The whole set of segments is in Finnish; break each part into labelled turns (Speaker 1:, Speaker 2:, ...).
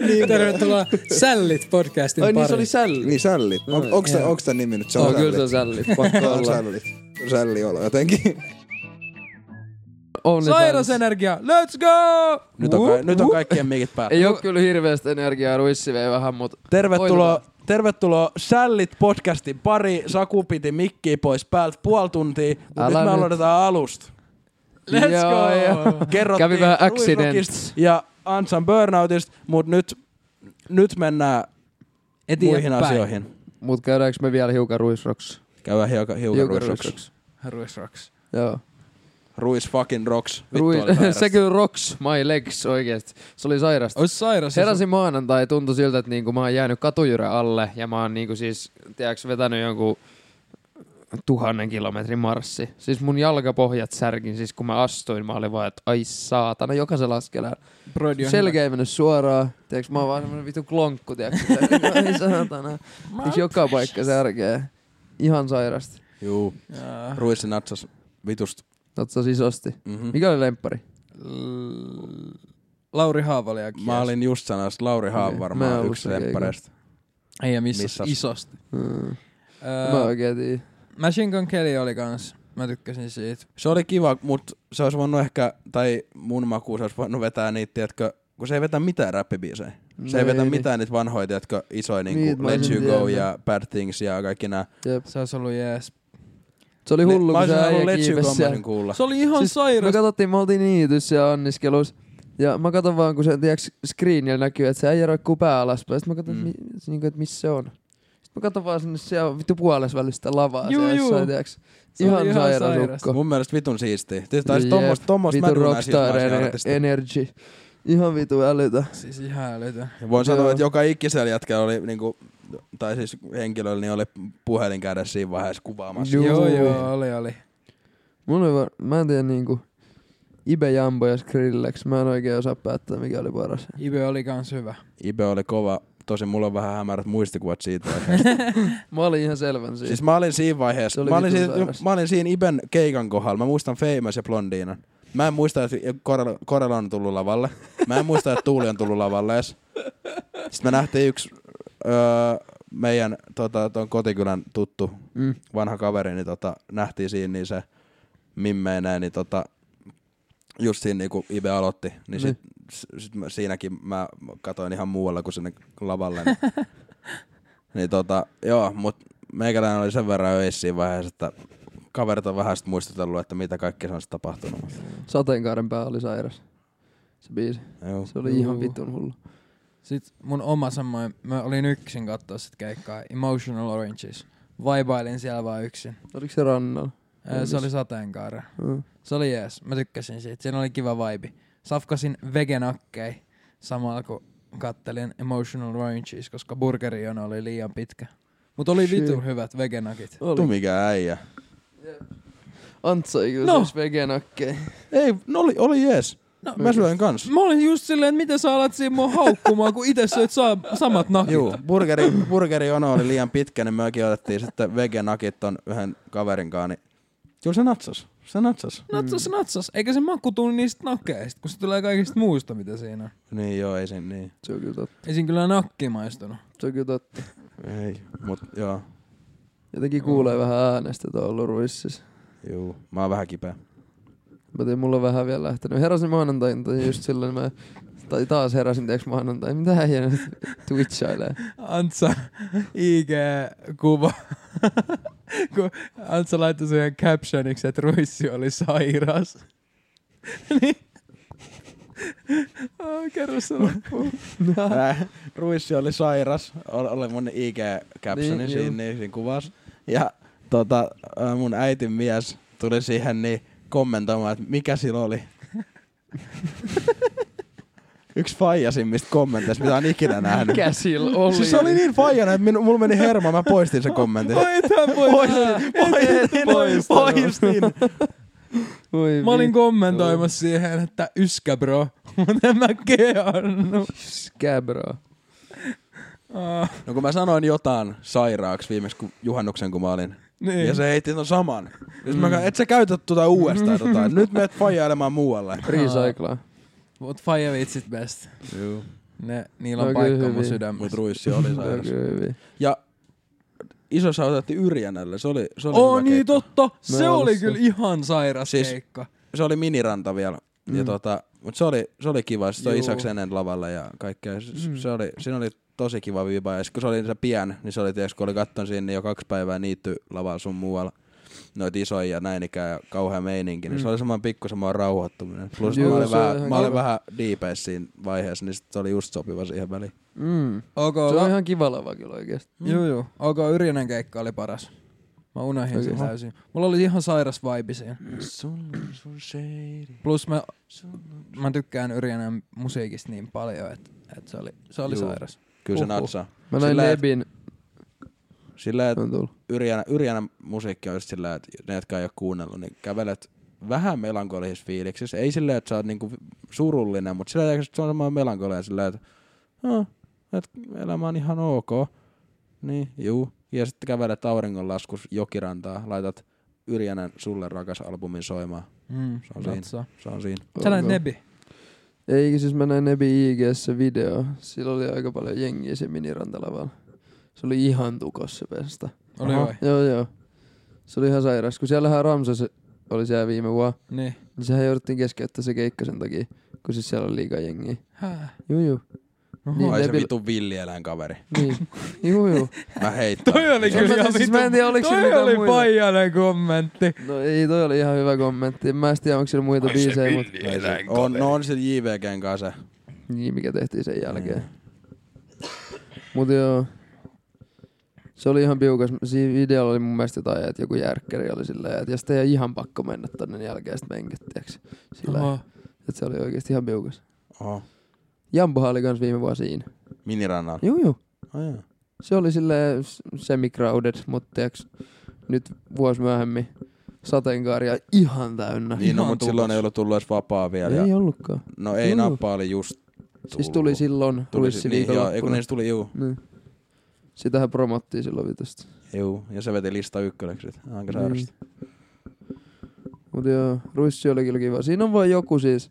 Speaker 1: niin, tervetuloa Sällit podcastin
Speaker 2: Ai
Speaker 1: pariin.
Speaker 2: niin se oli sälli.
Speaker 3: Niin sällit. On, onks, tän- onks tän nimi nyt? Se
Speaker 2: Joo,
Speaker 3: on
Speaker 2: kyllä se
Speaker 3: sällit.
Speaker 2: on sälli. Pakko
Speaker 3: on
Speaker 2: olla.
Speaker 3: sällit. Sälli olo jotenkin.
Speaker 2: On ne sälli.
Speaker 1: Sairausenergia, let's go!
Speaker 4: Nyt on, ka- nyt on kaikkien mikit päällä.
Speaker 2: Uhuh. Ei oo kyllä hirveästi energiaa, ruissi vei vähän, mut
Speaker 4: Tervetuloa,
Speaker 2: Oinutaan.
Speaker 4: tervetuloa Sällit podcastin pari. Saku piti mikkiä pois päältä puoli tuntia, mutta nyt
Speaker 2: Älä
Speaker 4: me
Speaker 2: nyt.
Speaker 4: aloitetaan alusta.
Speaker 2: Let's Joo, go! joo.
Speaker 4: Kerrottiin
Speaker 2: Kävi vähän
Speaker 4: Ruisrockista
Speaker 2: accident.
Speaker 4: Ja Ansan burnoutista, mutta nyt, nyt mennään muihin
Speaker 1: Eteenpäin.
Speaker 4: asioihin.
Speaker 2: mut käydäänkö me vielä hiukan ruisroks?
Speaker 4: Käydään hiukan, hiukan
Speaker 2: Hiukan
Speaker 4: ruisroks.
Speaker 1: Ruisrocks.
Speaker 2: Joo.
Speaker 4: Ruis fucking rocks. Vittu
Speaker 2: Ruis,
Speaker 4: oli sairas.
Speaker 2: se kyllä rocks my legs oikeesti. Se oli sairasta.
Speaker 1: Ois
Speaker 4: Siis
Speaker 1: sairas. jos-
Speaker 2: Heräsin maanantai, tuntui siltä, että niinku mä oon jäänyt katujyrä alle ja mä oon niinku siis, tiedäks, vetänyt jonkun tuhannen kilometrin marssi. Siis mun jalkapohjat särkin, siis kun mä astuin, mä olin vaan, että ai saatana, jokaisella askeleella.
Speaker 1: Broidi on
Speaker 2: Selkä ei mennyt suoraan, tiedäks, mä oon vaan semmonen vitu klonkku, tiedäks, ai niin saatana. Tiedäks, joka paikka särkee. Ihan sairasti.
Speaker 4: Juu,
Speaker 1: hyvä. Jaa.
Speaker 4: ruis natsas vitust.
Speaker 2: Totta isosti.
Speaker 4: Mhm.
Speaker 2: siis Mikä oli lemppari?
Speaker 1: L- Lauri Haavaliak.
Speaker 4: Mä olin just sanonut, että Lauri Haava
Speaker 2: Okei, mä en
Speaker 4: varmaan
Speaker 2: ollut
Speaker 4: yksi
Speaker 2: sekin,
Speaker 4: lemppareista.
Speaker 1: Ei ja missä,
Speaker 4: Missas?
Speaker 1: isosti.
Speaker 2: Mm. Mä
Speaker 1: Öö,
Speaker 2: oikein tiedä.
Speaker 1: Machine Gun Kelly oli kans. Mä tykkäsin siitä.
Speaker 4: Se oli kiva, mutta se olisi voinut ehkä, tai mun makuun se olisi voinut vetää niitä, tiedätkö, kun se ei vetä mitään räppibiisejä. Se ei
Speaker 2: No
Speaker 4: vetä
Speaker 2: ei
Speaker 4: mitään niitä vanhoja, tiedätkö, isoja niin
Speaker 2: Niitä
Speaker 4: kuin
Speaker 2: mä
Speaker 4: Let
Speaker 2: olisin
Speaker 4: You Go
Speaker 2: tiennyt.
Speaker 4: ja Bad Things ja kaikki nää.
Speaker 2: Jep.
Speaker 1: Se olisi ollut jees.
Speaker 2: Se oli
Speaker 4: Ne-
Speaker 2: hullu,
Speaker 4: mä
Speaker 2: kun se
Speaker 4: olisin halunnut
Speaker 2: äijä
Speaker 4: Let You
Speaker 2: kiipesi
Speaker 4: Go
Speaker 2: siellä.
Speaker 4: Manin kuulla.
Speaker 1: Se oli ihan
Speaker 2: Siis Me
Speaker 1: sairas.
Speaker 2: katsottiin, me oltiin niityssä ja anniskelussa. Ja mä katson vaan, kun se tiiäks, screenillä näkyy, että se äijä roikkuu pää alaspäin. Sitten mä katson,
Speaker 4: Mm.
Speaker 2: mm. mi, se, niinku, että missä se on. Sitten mä katson vaan sinne siellä vittu puolessa välistä lavaa.
Speaker 1: Juu,
Speaker 2: Juu, juu.
Speaker 1: juu.
Speaker 2: Jossain, tiiäks,
Speaker 1: Se oli
Speaker 2: ihan,
Speaker 1: ihan
Speaker 2: ihan sairas
Speaker 1: sairas.
Speaker 2: ukko.
Speaker 4: Mun mielestä vitun siistiä. Tietysti taisi
Speaker 2: Jep.
Speaker 4: tommoista, tommoista
Speaker 2: Vitu
Speaker 4: mädynää siis
Speaker 2: rockstar
Speaker 4: naisia
Speaker 2: ener-
Speaker 4: artisteja.
Speaker 2: energy. Ihan vitu älytä.
Speaker 1: Siis ihan älytön.
Speaker 4: Ja Voin sanoa,
Speaker 2: Joo.
Speaker 4: että joka ikisellä jätkällä oli, niin kuin, tai siis henkilöllä, niin oli puhelin kädessä siinä vaiheessa kuvaamassa.
Speaker 2: Juu.
Speaker 1: Joo, joo, oli, oli.
Speaker 2: Mulla oli var- mä en tiedä niinku... Ibe Jambo ja Skrillex. Mä en oikein osaa päättää, mikä oli paras.
Speaker 1: Ibe oli kans hyvä.
Speaker 2: Mm.
Speaker 4: Ibe oli kova. Tosin mulla on vähän hämärät muistikuvat siitä.
Speaker 2: Mä olin ihan selvän siitä.
Speaker 4: siis mä olin siinä
Speaker 2: Se
Speaker 4: vaiheessa,
Speaker 2: oli
Speaker 4: mä olin,
Speaker 2: vitun
Speaker 4: siinä,
Speaker 2: sairas.
Speaker 4: mä olin siinä Iben keikan kohdalla. Mä muistan Famous ja Blondiinan. Mä en muista, että Korel, Korel on tullut lavalle. Mä en muista, että Tuuli on tullut lavalle edes. Sitten me nähtiin yksi öö, meidän tota, ton kotikylän tuttu
Speaker 2: Mm.
Speaker 4: vanha kaveri, niin tota, nähtiin siinä, niin se mimmeineen, niin tota, just siinä niin kun Ibe aloitti, niin
Speaker 2: Mm.
Speaker 4: sit, s- sit mä, siinäkin mä katoin ihan muualla kuin sinne lavalle. Niin, niin tota, joo, mut meikäläinen oli sen verran öissä siinä vaiheessa, että kaverit on vähän sit muistutellut, että mitä kaikkea se on sit tapahtunut. Mutta,
Speaker 2: Sateenkaaren pää oli sairas. Se biisi.
Speaker 4: joo.
Speaker 2: Se oli ihan
Speaker 1: Juu.
Speaker 2: vitun hullu.
Speaker 1: Sitten mun oma semmoinen, mä olin yksin katsoa sit keikkaa, Emotional Oranges. Vaibailin siellä vaan yksin.
Speaker 2: Oliko se rannalla?
Speaker 1: Ää, Se oli sateenkaara.
Speaker 2: Mm.
Speaker 1: Se oli jees, mä tykkäsin siitä, siinä oli kiva vibe. Safkasin vegenakkei samalla kun kattelin Emotional Oranges, koska burgerijono oli liian pitkä. Mut oli
Speaker 2: Shit.
Speaker 1: vitun hyvät vegenakit.
Speaker 2: Oli.
Speaker 4: Tu mikä äijä.
Speaker 2: Antsa ei kyllä
Speaker 1: No.
Speaker 2: no. vegenakkei.
Speaker 4: Ei, no oli, oli jees.
Speaker 1: No,
Speaker 4: mä syön kans.
Speaker 1: Mä olin just silleen, että miten sä alat siinä mua haukkumaan, kun itse syöt saa samat nakit.
Speaker 4: Juu, burgeri, burgerijono oli liian pitkä, niin mekin otettiin sitten vegenakit ton yhden kaverin kanssa, niin kyllä se natsas, se natsas.
Speaker 1: Natsas, natsas. Eikä se maku tule niistä nakkeista, kun se tulee kaikista muusta, mitä siinä on.
Speaker 4: Niin joo, ei se niin.
Speaker 2: Se on kyllä totta.
Speaker 1: Ei siinä kyllä nakki maistunut.
Speaker 2: Se on kyllä totta.
Speaker 4: Ei, mut joo,
Speaker 2: Jotenkin
Speaker 1: Mm.
Speaker 2: kuulee vähän äänestä tuolla ruississa.
Speaker 4: juu, mä oon vähän kipeä.
Speaker 2: Mä tein, mulla on vähän vielä lähtenyt. Heräsin maanantain, tai just silloin mä... Tai taas heräsin, tiiäks maanantain. Mitä äijä nyt twitchailee?
Speaker 1: Antsa IG-kuva. kun Antsa laittoi siihen captioniksi, että Ruissi oli sairas. niin. Oh, kerro se
Speaker 2: Niin.
Speaker 1: loppuun.
Speaker 4: Äh, Ruissi oli sairas, Ol- oli mun IG-captioni
Speaker 2: Niin,
Speaker 4: niin,
Speaker 2: juu.
Speaker 4: siinä, niin, siinä kuvas. Ja tota, äh, mun äitin mies tuli siihen niin kommentoimaan, että mikä sillä oli. Yksi faijasimmista kommenteista, mitä on ikinä nähnyt.
Speaker 2: Mikä sillä oli?
Speaker 4: Siis se oli niin faijana, että minu, mulla meni hermo, mä poistin sen kommentin.
Speaker 1: Oi, tää voi.
Speaker 4: Poistin,
Speaker 1: poistanut.
Speaker 4: poistin.
Speaker 2: Voi
Speaker 1: niin. Mä olin
Speaker 2: vittu.
Speaker 1: kommentoimassa siihen, että yskä bro. Mutta en mä keannu.
Speaker 2: Skabraa.
Speaker 1: Oh,
Speaker 4: No kun mä sanoin jotain sairaaksi viimeksi kun juhannuksen, kun mä olin.
Speaker 1: niin.
Speaker 4: Ja se heitti ton saman. Jos mä kä- et sä käytä tota uudestaan tota. Nyt menet fajailemaan muualle.
Speaker 2: Recyclaa.
Speaker 1: Mut faija vitsit best.
Speaker 4: Joo.
Speaker 1: Ne, niillä on
Speaker 2: No
Speaker 1: no,
Speaker 2: kyllä
Speaker 1: paikka mun
Speaker 2: hyvin.
Speaker 3: Mut
Speaker 1: sydämessä.
Speaker 3: ruissi oli sairas. Ja iso saa otettiin Yrjänälle. Se oli, se oli
Speaker 1: Oo
Speaker 3: hyvä
Speaker 1: niin
Speaker 3: keikka.
Speaker 1: totta,
Speaker 2: Mä en
Speaker 1: se
Speaker 2: ollut
Speaker 1: oli
Speaker 2: siellä.
Speaker 1: kyllä ihan sairas
Speaker 3: Siis-
Speaker 1: keikka.
Speaker 3: Se oli miniranta vielä.
Speaker 2: Mm.
Speaker 3: Ja tota, mut se oli, se oli kiva. Sitten
Speaker 1: Juu.
Speaker 3: toi isäksi ennen lavalle ja kaikkea. Se,
Speaker 2: Mm.
Speaker 3: se oli, siinä oli tosi kiva viipa. Ja sit kun se oli se pian, niin se oli tietysti, kun oli katton siinä niin jo kaksi päivää niitty lavalla sun muualla. Noita isoja ja näin ikään ja kauhea meininki. Niin se
Speaker 2: Mm.
Speaker 3: oli semmoinen pikku semmoinen rauhoittuminen. Plus
Speaker 2: Juu,
Speaker 3: mä olin,
Speaker 2: se on
Speaker 3: vähän,
Speaker 2: ihan
Speaker 3: mä olin
Speaker 2: kiva.
Speaker 3: vähän diipeissä siinä vaiheessa, niin sit se oli just sopiva siihen väliin.
Speaker 2: Mm.
Speaker 1: OK,
Speaker 2: Se on
Speaker 1: la-
Speaker 2: ihan kiva lava kyllä oikeesti.
Speaker 1: Mm. Joo, joo. OK, Yrjönen keikka oli paras. Mä unohdin sen
Speaker 2: Oikeesti?
Speaker 1: täysin. Mulla oli ihan sairas vibe siinä.
Speaker 3: Sun, sun shady.
Speaker 1: Plus mä, mä tykkään Yrjönen musiikista niin paljon, että et se oli, se oli
Speaker 3: Juu.
Speaker 1: sairas.
Speaker 3: Kyllä se
Speaker 2: Uhu.
Speaker 3: natsaa.
Speaker 2: Mä näin
Speaker 3: Sillä-
Speaker 2: Nebin,
Speaker 3: Sillä että
Speaker 2: on tullut.
Speaker 3: yrjänä, yrjänä musiikki on just sillä, että ne, jotka ei ole kuunnellut, niin kävelet vähän melankolisissa fiiliksissä. Ei sillä, että sä oot niinku surullinen, mutta sillä, että se on semmoinen melankolia sillä, että, "Ah, että elämä on ihan ok. Niin, juu. Ja sitten kävelet auringonlaskus jokirantaa, laitat Yrjänän sulle rakas albumin soimaan.
Speaker 1: Mm,
Speaker 3: Se on siinä.
Speaker 1: natsaa.
Speaker 3: Se on siinä.
Speaker 1: Sä näit
Speaker 2: Onko?
Speaker 1: Nebi.
Speaker 2: Ei, siis mä näin Nebi IGssä video. Sillä oli aika paljon jengiä se minirantalavalla. Se oli ihan tukossa se pesta.
Speaker 1: Oli
Speaker 3: Aha.
Speaker 1: vai?
Speaker 2: Joo, joo. Se oli ihan sairas. Kun siellähän Ramses oli siellä viime vuonna,
Speaker 1: Niin.
Speaker 2: niin sehän jouduttiin keskeyttää se keikka sen takia, kun siis siellä oli liikaa jengiä.
Speaker 1: Häh.
Speaker 2: Juu, juu. Niin,
Speaker 3: Ai se
Speaker 2: Nebil-
Speaker 3: vitun villieläin kaveri.
Speaker 2: Niin. Juu, juu.
Speaker 3: Mä heittän.
Speaker 1: Toi oli
Speaker 2: En mä-
Speaker 1: kyllä ihan
Speaker 2: siis mä en tiedä, oliko sillä
Speaker 1: Toi
Speaker 2: mitään
Speaker 1: oli
Speaker 2: muita.
Speaker 1: paijainen kommentti.
Speaker 2: No ei, toi oli ihan hyvä kommentti. En Mä en tiedä, onko siellä muita Ai biisejä, mutta
Speaker 3: Ei se- On, no on se JVGn kanssa. se.
Speaker 2: niin, mikä tehtiin sen jälkeen.
Speaker 3: Niin.
Speaker 2: Mut joo. Se oli ihan piukas. Siinä videolla oli mun mielestä jotain, että joku järkkäri oli silleen, että jos teidän on ihan pakko mennä tonne, niin älkää sit menkö, tiiäks. Sillä,
Speaker 1: Oho.
Speaker 2: että se oli oikeesti ihan piukas.
Speaker 3: Oho.
Speaker 2: Jambohan oli kans viime vuonna siinä.
Speaker 3: Minirannalla.
Speaker 2: Juu, juu.
Speaker 1: No
Speaker 3: Ai joo.
Speaker 2: Se oli silleen s- semi-crowded, mutta tiiäks, nyt vuosi myöhemmin sateenkaaria ihan täynnä.
Speaker 3: Niin, no,
Speaker 1: Ihan
Speaker 3: mutta silloin
Speaker 1: tulos.
Speaker 3: ei ollut tullut edes vapaa vielä. ja-
Speaker 2: Ei ollutkaan.
Speaker 3: No ei,
Speaker 2: Juu.
Speaker 3: nappa oli just tullut.
Speaker 2: Siis tuli silloin, tuli se
Speaker 3: niin, joo, ei kun
Speaker 2: viikonloppuna.
Speaker 3: niistä tuli, juu.
Speaker 2: Niin. Sitähän promottiin silloin vitosta.
Speaker 3: juu. Ja se veti lista ykköneksi, että aika sairasta.
Speaker 2: Mut joo, ruissi oli kyllä kiva. Siinä on vaan joku siis,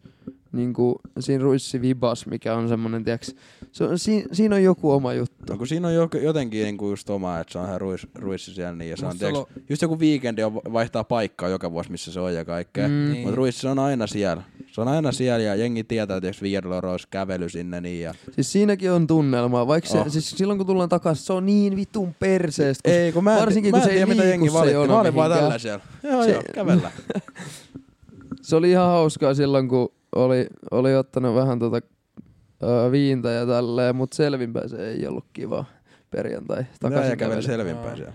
Speaker 2: niinku, siinä ruissi vibas, mikä on semmonen, tiiäks, se on, si, siinä on joku oma juttu.
Speaker 3: No kun siinä on jo, jotenkin niinku just oma, että se on ihan ruis, ruissi siellä niin, ja se on,
Speaker 1: Musta
Speaker 3: tiiäks, just joku viikendi on, vaihtaa paikkaa joka vuosi, missä se on ja kaikkea. Mm.
Speaker 1: Niin.
Speaker 3: Mutta ruissi on aina siellä. Se on aina siellä ja jengi tietää, että Vierlorois kävely sinne niin ja...
Speaker 2: Siis siinäkin on tunnelmaa, vaikka se,
Speaker 3: Oh.
Speaker 2: siis silloin kun tullaan takaisin, se on niin vitun perseestä. kun-
Speaker 3: Ei, kun mä en,
Speaker 2: varsinkin, kun
Speaker 3: mä en
Speaker 2: se ei
Speaker 3: tiedä, mitä
Speaker 2: liiku
Speaker 3: jengi
Speaker 2: se
Speaker 3: valitti.
Speaker 2: jono
Speaker 3: Mä olin vaan
Speaker 2: mihinkään.
Speaker 3: tällä siellä. Joo,
Speaker 2: Se-
Speaker 3: joo, kävellä.
Speaker 2: Se oli ihan hauskaa silloin, kun oli, oli ottanut vähän tota, ö, viintä ja tälleen, mutta selvinpäin se ei ollut kiva perjantai.
Speaker 3: Mä
Speaker 2: Takaisin
Speaker 3: en käveli
Speaker 2: käveli.
Speaker 1: Joo.
Speaker 3: selvinpäin siellä.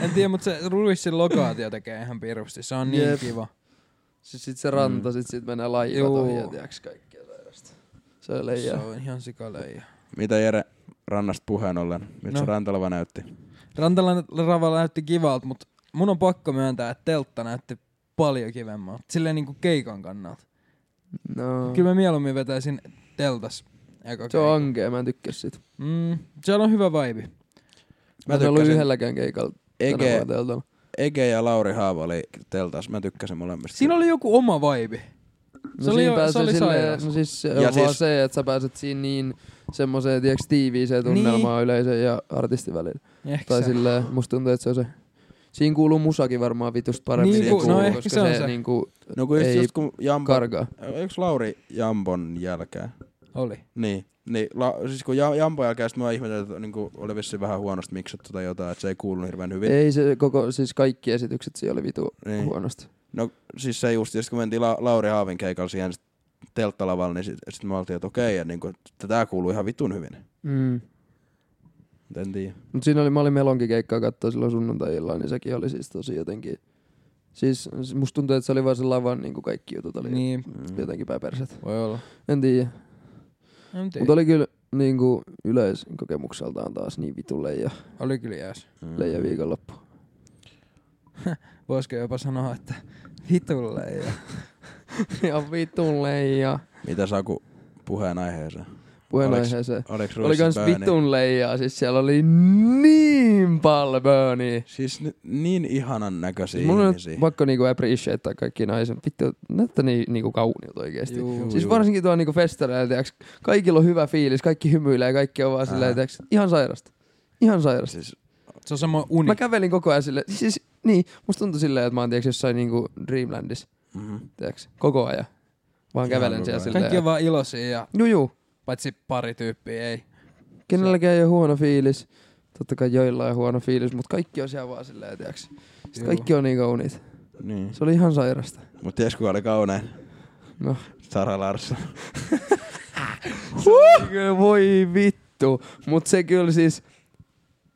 Speaker 1: En tiedä, mutta se Ruissin lokaatio tekee ihan pirusti. Se on niin
Speaker 2: Jep.
Speaker 1: kiva.
Speaker 2: Siis sit se ranta,
Speaker 3: Mm.
Speaker 2: sit, sit mennään lajilla
Speaker 1: Juu.
Speaker 2: tohi ja tiiäks kaikkea sairasta. Se oli
Speaker 1: Se
Speaker 2: leijää.
Speaker 1: on ihan sikaleija.
Speaker 3: Mitä Jere rannasta puheen ollen? Miltä
Speaker 1: No.
Speaker 3: se rantalava näytti?
Speaker 1: Rantalan rava näytti kivalta, mutta mun on pakko myöntää, että teltta näytti paljon kivemmalta. Silleen niinku keikan kannalta.
Speaker 2: No.
Speaker 1: Kyllä mä mieluummin vetäisin teltas. Eka
Speaker 2: Se on
Speaker 1: keikka.
Speaker 2: ankea, mä en tykkää siitä.
Speaker 1: Mm, siellä on hyvä vibe.
Speaker 2: Mä en ollut yhdelläkään keikalla tänä
Speaker 3: Ege,
Speaker 2: vuonna teltalla. No
Speaker 3: Ege ja Lauri Haava oli teltas. Mä tykkäsin molemmista.
Speaker 1: Siinä oli joku oma vibe.
Speaker 2: No
Speaker 1: Se oli
Speaker 2: siinä
Speaker 1: jo-
Speaker 2: pääsee
Speaker 1: se oli
Speaker 2: silleen-
Speaker 1: sairas.
Speaker 2: no siis se
Speaker 3: Ja
Speaker 2: on vaan
Speaker 3: siis-
Speaker 2: se, että sä pääset siinä niin semmoiseen tiiäks tiiviiseen tunnelmaan yleisön ja artistin välillä.
Speaker 1: Ehkä
Speaker 2: Tai
Speaker 1: Niin. se.
Speaker 2: silleen, musta tuntuu, että se on se. Siinä kuuluu musakin varmaan vitusta paremmin,
Speaker 3: Niin
Speaker 2: siihen
Speaker 3: ku- no
Speaker 2: kuuluu,
Speaker 1: ehkä
Speaker 2: koska
Speaker 1: se on se.
Speaker 2: niinku
Speaker 3: No kun just,
Speaker 2: ei
Speaker 3: just kun Jambo...
Speaker 2: karkaa.
Speaker 3: Eikö Lauri Jambon jälkeen?
Speaker 1: Oli. Niin.
Speaker 3: Niin. Niin, la, siis kun Ja- Jambon jälkeen sit mä ihmetellyt, että niin oli vissiin vähän huonosti miksattu tai jotain, että se ei kuulunut hirveän hyvin.
Speaker 2: Ei se koko, siis kaikki esitykset siellä oli vitu
Speaker 3: Niin.
Speaker 2: huonosti.
Speaker 3: No siis se just, ja sit kun mentiin La- Lauri Haavin keikalla siihen sit telttalavalle, niin sitten sit me oltiin, että okei, ja niin kuin, että tää kuuluu ihan vitun hyvin.
Speaker 2: Mm.
Speaker 3: Mut En tiedä.
Speaker 2: Mut siinä oli, mä olin melonkikeikkaa katsoa silloin sunnuntai-illalla, niin sekin oli siis tosi jotenkin... Siis s- musta tuntuu, että se oli vaan se lavan niin kuin kaikki jutut oli niin.
Speaker 1: Niin,
Speaker 3: Mm.
Speaker 2: jotenkin pääperset.
Speaker 1: voi olla.
Speaker 2: En tiedä.
Speaker 1: En tiedä.
Speaker 2: Mut oli kyllä niin kuin yleiskokemukseltaan taas niin vitu leija,
Speaker 1: Oli kyllä jääs.
Speaker 3: Mm.
Speaker 2: leija viikonloppu.
Speaker 1: Voisiko jopa sanoa, että vitulle ja
Speaker 2: ja vitu leija.
Speaker 3: Mitä Saku puheen aiheeseen?
Speaker 2: puheenaiheeseen.
Speaker 3: Oliks niin-
Speaker 2: Oli kans
Speaker 3: Burni?
Speaker 2: vitun leijaa, siis siellä oli niin paljon burnia.
Speaker 3: Siis ni- niin ihanan näköisiä
Speaker 2: Siis Mun on
Speaker 3: ihmisiä.
Speaker 2: pakko niinku appreciatea kaikki naisen. Vittu, näyttää niin, niinku kauniilta oikeesti.
Speaker 1: Juu,
Speaker 2: siis
Speaker 3: juu.
Speaker 2: varsinkin tuolla niinku festareilla, tiiäks, kaikilla on hyvä fiilis, kaikki hymyilee ja kaikki on vaan silleen,
Speaker 3: Ää.
Speaker 2: tiiäks, ihan sairasta. Ihan sairasta.
Speaker 3: Siis,
Speaker 1: Se on semmoinen uni.
Speaker 2: Mä kävelin koko ajan silleen, siis niin, musta tuntui silleen, että mä oon tiiäks jossain niinku Dreamlandissa,
Speaker 3: mm,
Speaker 2: tiiäks, koko ajan. Vaan
Speaker 3: Ihan
Speaker 2: kävelen
Speaker 3: koko
Speaker 2: siellä
Speaker 3: ajan.
Speaker 2: silleen.
Speaker 1: Kaikki on vaan iloisia ja
Speaker 2: Juu, juu.
Speaker 1: paitsi pari tyyppiä ei.
Speaker 2: Kenelläkään ei ole huono fiilis. Totta kai joillain on huono fiilis, mutta kaikki on siellä vaan silleen, tiiäks. Sitten
Speaker 1: Juu.
Speaker 2: kaikki on niin kauniita.
Speaker 3: niin.
Speaker 2: Se oli ihan sairasta.
Speaker 3: Mut ties kuka oli kaunein?
Speaker 2: No.
Speaker 3: Sara Larsson.
Speaker 2: Huh! Kyllä voi vittu. Mut se kyllä siis,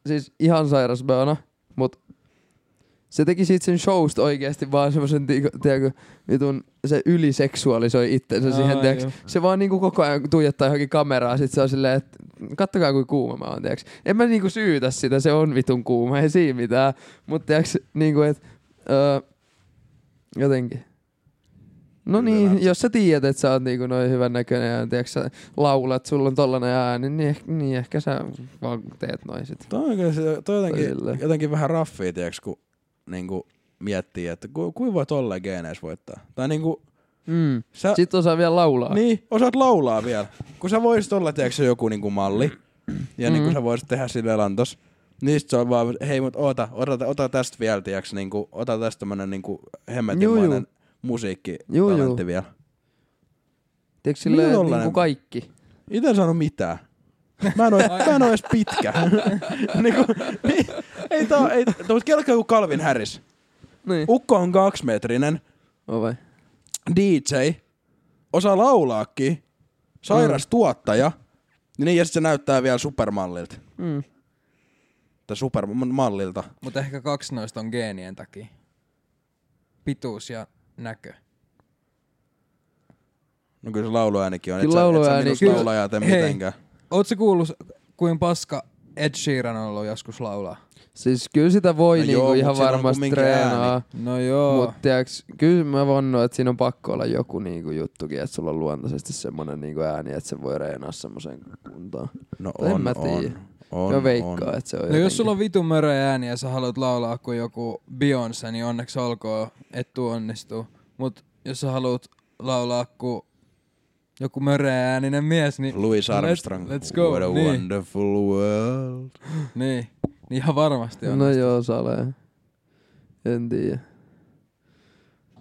Speaker 2: siis ihan sairas Böna, mut se teki siitä sen showsta oikeesti vaan semmosen, tiiäkö, tiiäkö, vitun, se yliseksualisoi itsensä siihen, tiiäks. Se vaan niinku koko ajan tuijottaa johonkin kameraa, sit se on silleen, että kattokaa kuin kuuma mä oon, tiiäks. En mä niinku syytä sitä, se on vitun kuuma, ei siinä mitään. Mut tiiäks, niinku et, öö, jotenkin. No
Speaker 3: Kyllä
Speaker 2: niin,
Speaker 3: lähtee.
Speaker 2: jos sä tiedät, että sä oot niinku noin hyvän näköinen ja tiiäks, sä laulat, sulla on tollanen ääni, niin, ehkä, niin ehkä sä vaan teet noin sit.
Speaker 3: Toi on kyllä se- toi
Speaker 2: Tai silleen.
Speaker 3: jotenkin, jotenkin vähän raffia, tiiäks, kun niinku miettii, että ku, kuinka voi tolleen geeneissä voittaa. Tai niinku,
Speaker 2: Mm.
Speaker 3: sä,
Speaker 2: Sit osaa vielä laulaa.
Speaker 3: niin, osaat laulaa vielä. Kun sä voisit olla, tiiäks, joku niinku malli, ja
Speaker 2: Mm.
Speaker 3: niinku sä voisit tehdä sille lantos, niin sit se on vaan, hei mut oota, ota, ota tästä vielä, tiiäks, niinku, ota tästä tämmönen niinku
Speaker 2: Juu, juu.
Speaker 3: hemmetinmainen musiikki
Speaker 2: Juu, juu.
Speaker 3: talentti vielä.
Speaker 2: Tiiäks
Speaker 3: Niin
Speaker 2: silleen
Speaker 3: tollanen.
Speaker 2: niinku kaikki.
Speaker 3: Itse en saanut mitään. Mä en oo, mä en oo edes pitkä. niinku, mi- ei tää, ei, tuossa kelkkaa kuin Calvin Harris.
Speaker 2: Niin.
Speaker 3: Ukko on kaksimetrinen,
Speaker 2: Oh, vai?
Speaker 3: DJ, osaa laulaakin, sairas tuottaja, niin ja sit se näyttää vielä supermallilta.
Speaker 2: Mm.
Speaker 3: Tai supermallilta.
Speaker 1: Mutta ehkä kaksi noista on geenien takia. Pituus ja näkö.
Speaker 3: No kyllä se lauluäänikin on.
Speaker 2: Kyllä
Speaker 3: et sä-
Speaker 2: lauluääni-
Speaker 3: Et sä
Speaker 2: kyllä-
Speaker 3: minusta laulajaa tee
Speaker 1: hei.
Speaker 3: mitenkään.
Speaker 1: Oot sä kuullut, kuin paska Ed Sheeran on ollut joskus laulaa?
Speaker 2: Siis kyllä sitä voi
Speaker 3: No
Speaker 2: niinku
Speaker 3: joo, mut
Speaker 2: ihan
Speaker 3: sillä on
Speaker 2: varmasti
Speaker 3: kumminkin ääni.
Speaker 2: treenaa.
Speaker 1: No joo.
Speaker 2: Mutta tiiäks, kyllä mä vannon, että siinä on pakko olla joku niinku juttukin, että sulla on luontaisesti semmonen niinku ääni, että se voi reenaa semmoiseen kuntoon.
Speaker 3: No
Speaker 2: En
Speaker 3: on,
Speaker 2: mä
Speaker 3: on,
Speaker 2: tiedä.
Speaker 3: on,
Speaker 2: mä
Speaker 3: on.
Speaker 2: veikkaan, että se on
Speaker 1: No jos sulla on vitun mörö ääni ja sä haluat laulaa kuin joku Beyoncé, niin onneksi olkoon, et tuu onnistuu. Mut jos sä haluat laulaa kuin joku mörö ääninen mies, niin,
Speaker 3: Louis Armstrong.
Speaker 1: Let's- let's go,
Speaker 3: What a
Speaker 1: niin.
Speaker 3: wonderful world.
Speaker 1: niin, niin ihan varmasti on.
Speaker 2: No joo, sale. En tiedä.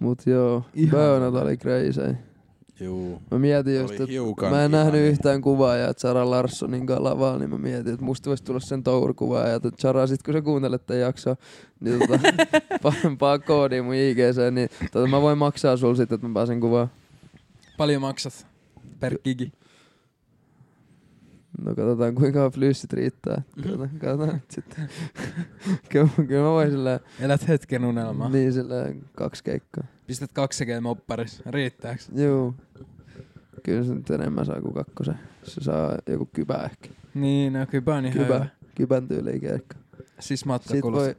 Speaker 2: Mut joo,
Speaker 1: Ihan.
Speaker 2: Bönat oli crazy.
Speaker 3: Juu.
Speaker 2: Mä mietin just,
Speaker 3: Oli
Speaker 2: että
Speaker 3: hiukan
Speaker 2: mä en
Speaker 3: ihania.
Speaker 2: nähnyt yhtään kuvaajaa Zara Larssonin kanssa lavaa, niin mä mietin, että musta voisi tulla sen tourkuvaaja, että Zara, sit kun sä kuuntelet tämän jaksoa, niin tota, painpaa koodiin mun IGC, niin tota, mä voin maksaa sulle sitten, että mä pääsen kuvaan.
Speaker 1: Paljon maksat per gigi.
Speaker 2: No katsotaan, kuinka kauan flyssit riittää. Katsotaan, katsotaan nyt sitten. kyllä, kyllä mä voin sillä,
Speaker 1: Elät hetken unelmaa.
Speaker 2: niin sillä kaksi keikkaa.
Speaker 1: Pistät kaksi mopparis. Riittääks?
Speaker 2: Joo. Kyllä se nyt enemmän saa kuin kakkosen. Se saa joku kybä ehkä.
Speaker 1: Niin, no kyllä on ihan
Speaker 2: Kybä,
Speaker 1: hyvä.
Speaker 2: kybän tyyliin keikka.
Speaker 1: Siis
Speaker 2: Sit
Speaker 1: matkakulut.
Speaker 2: voi...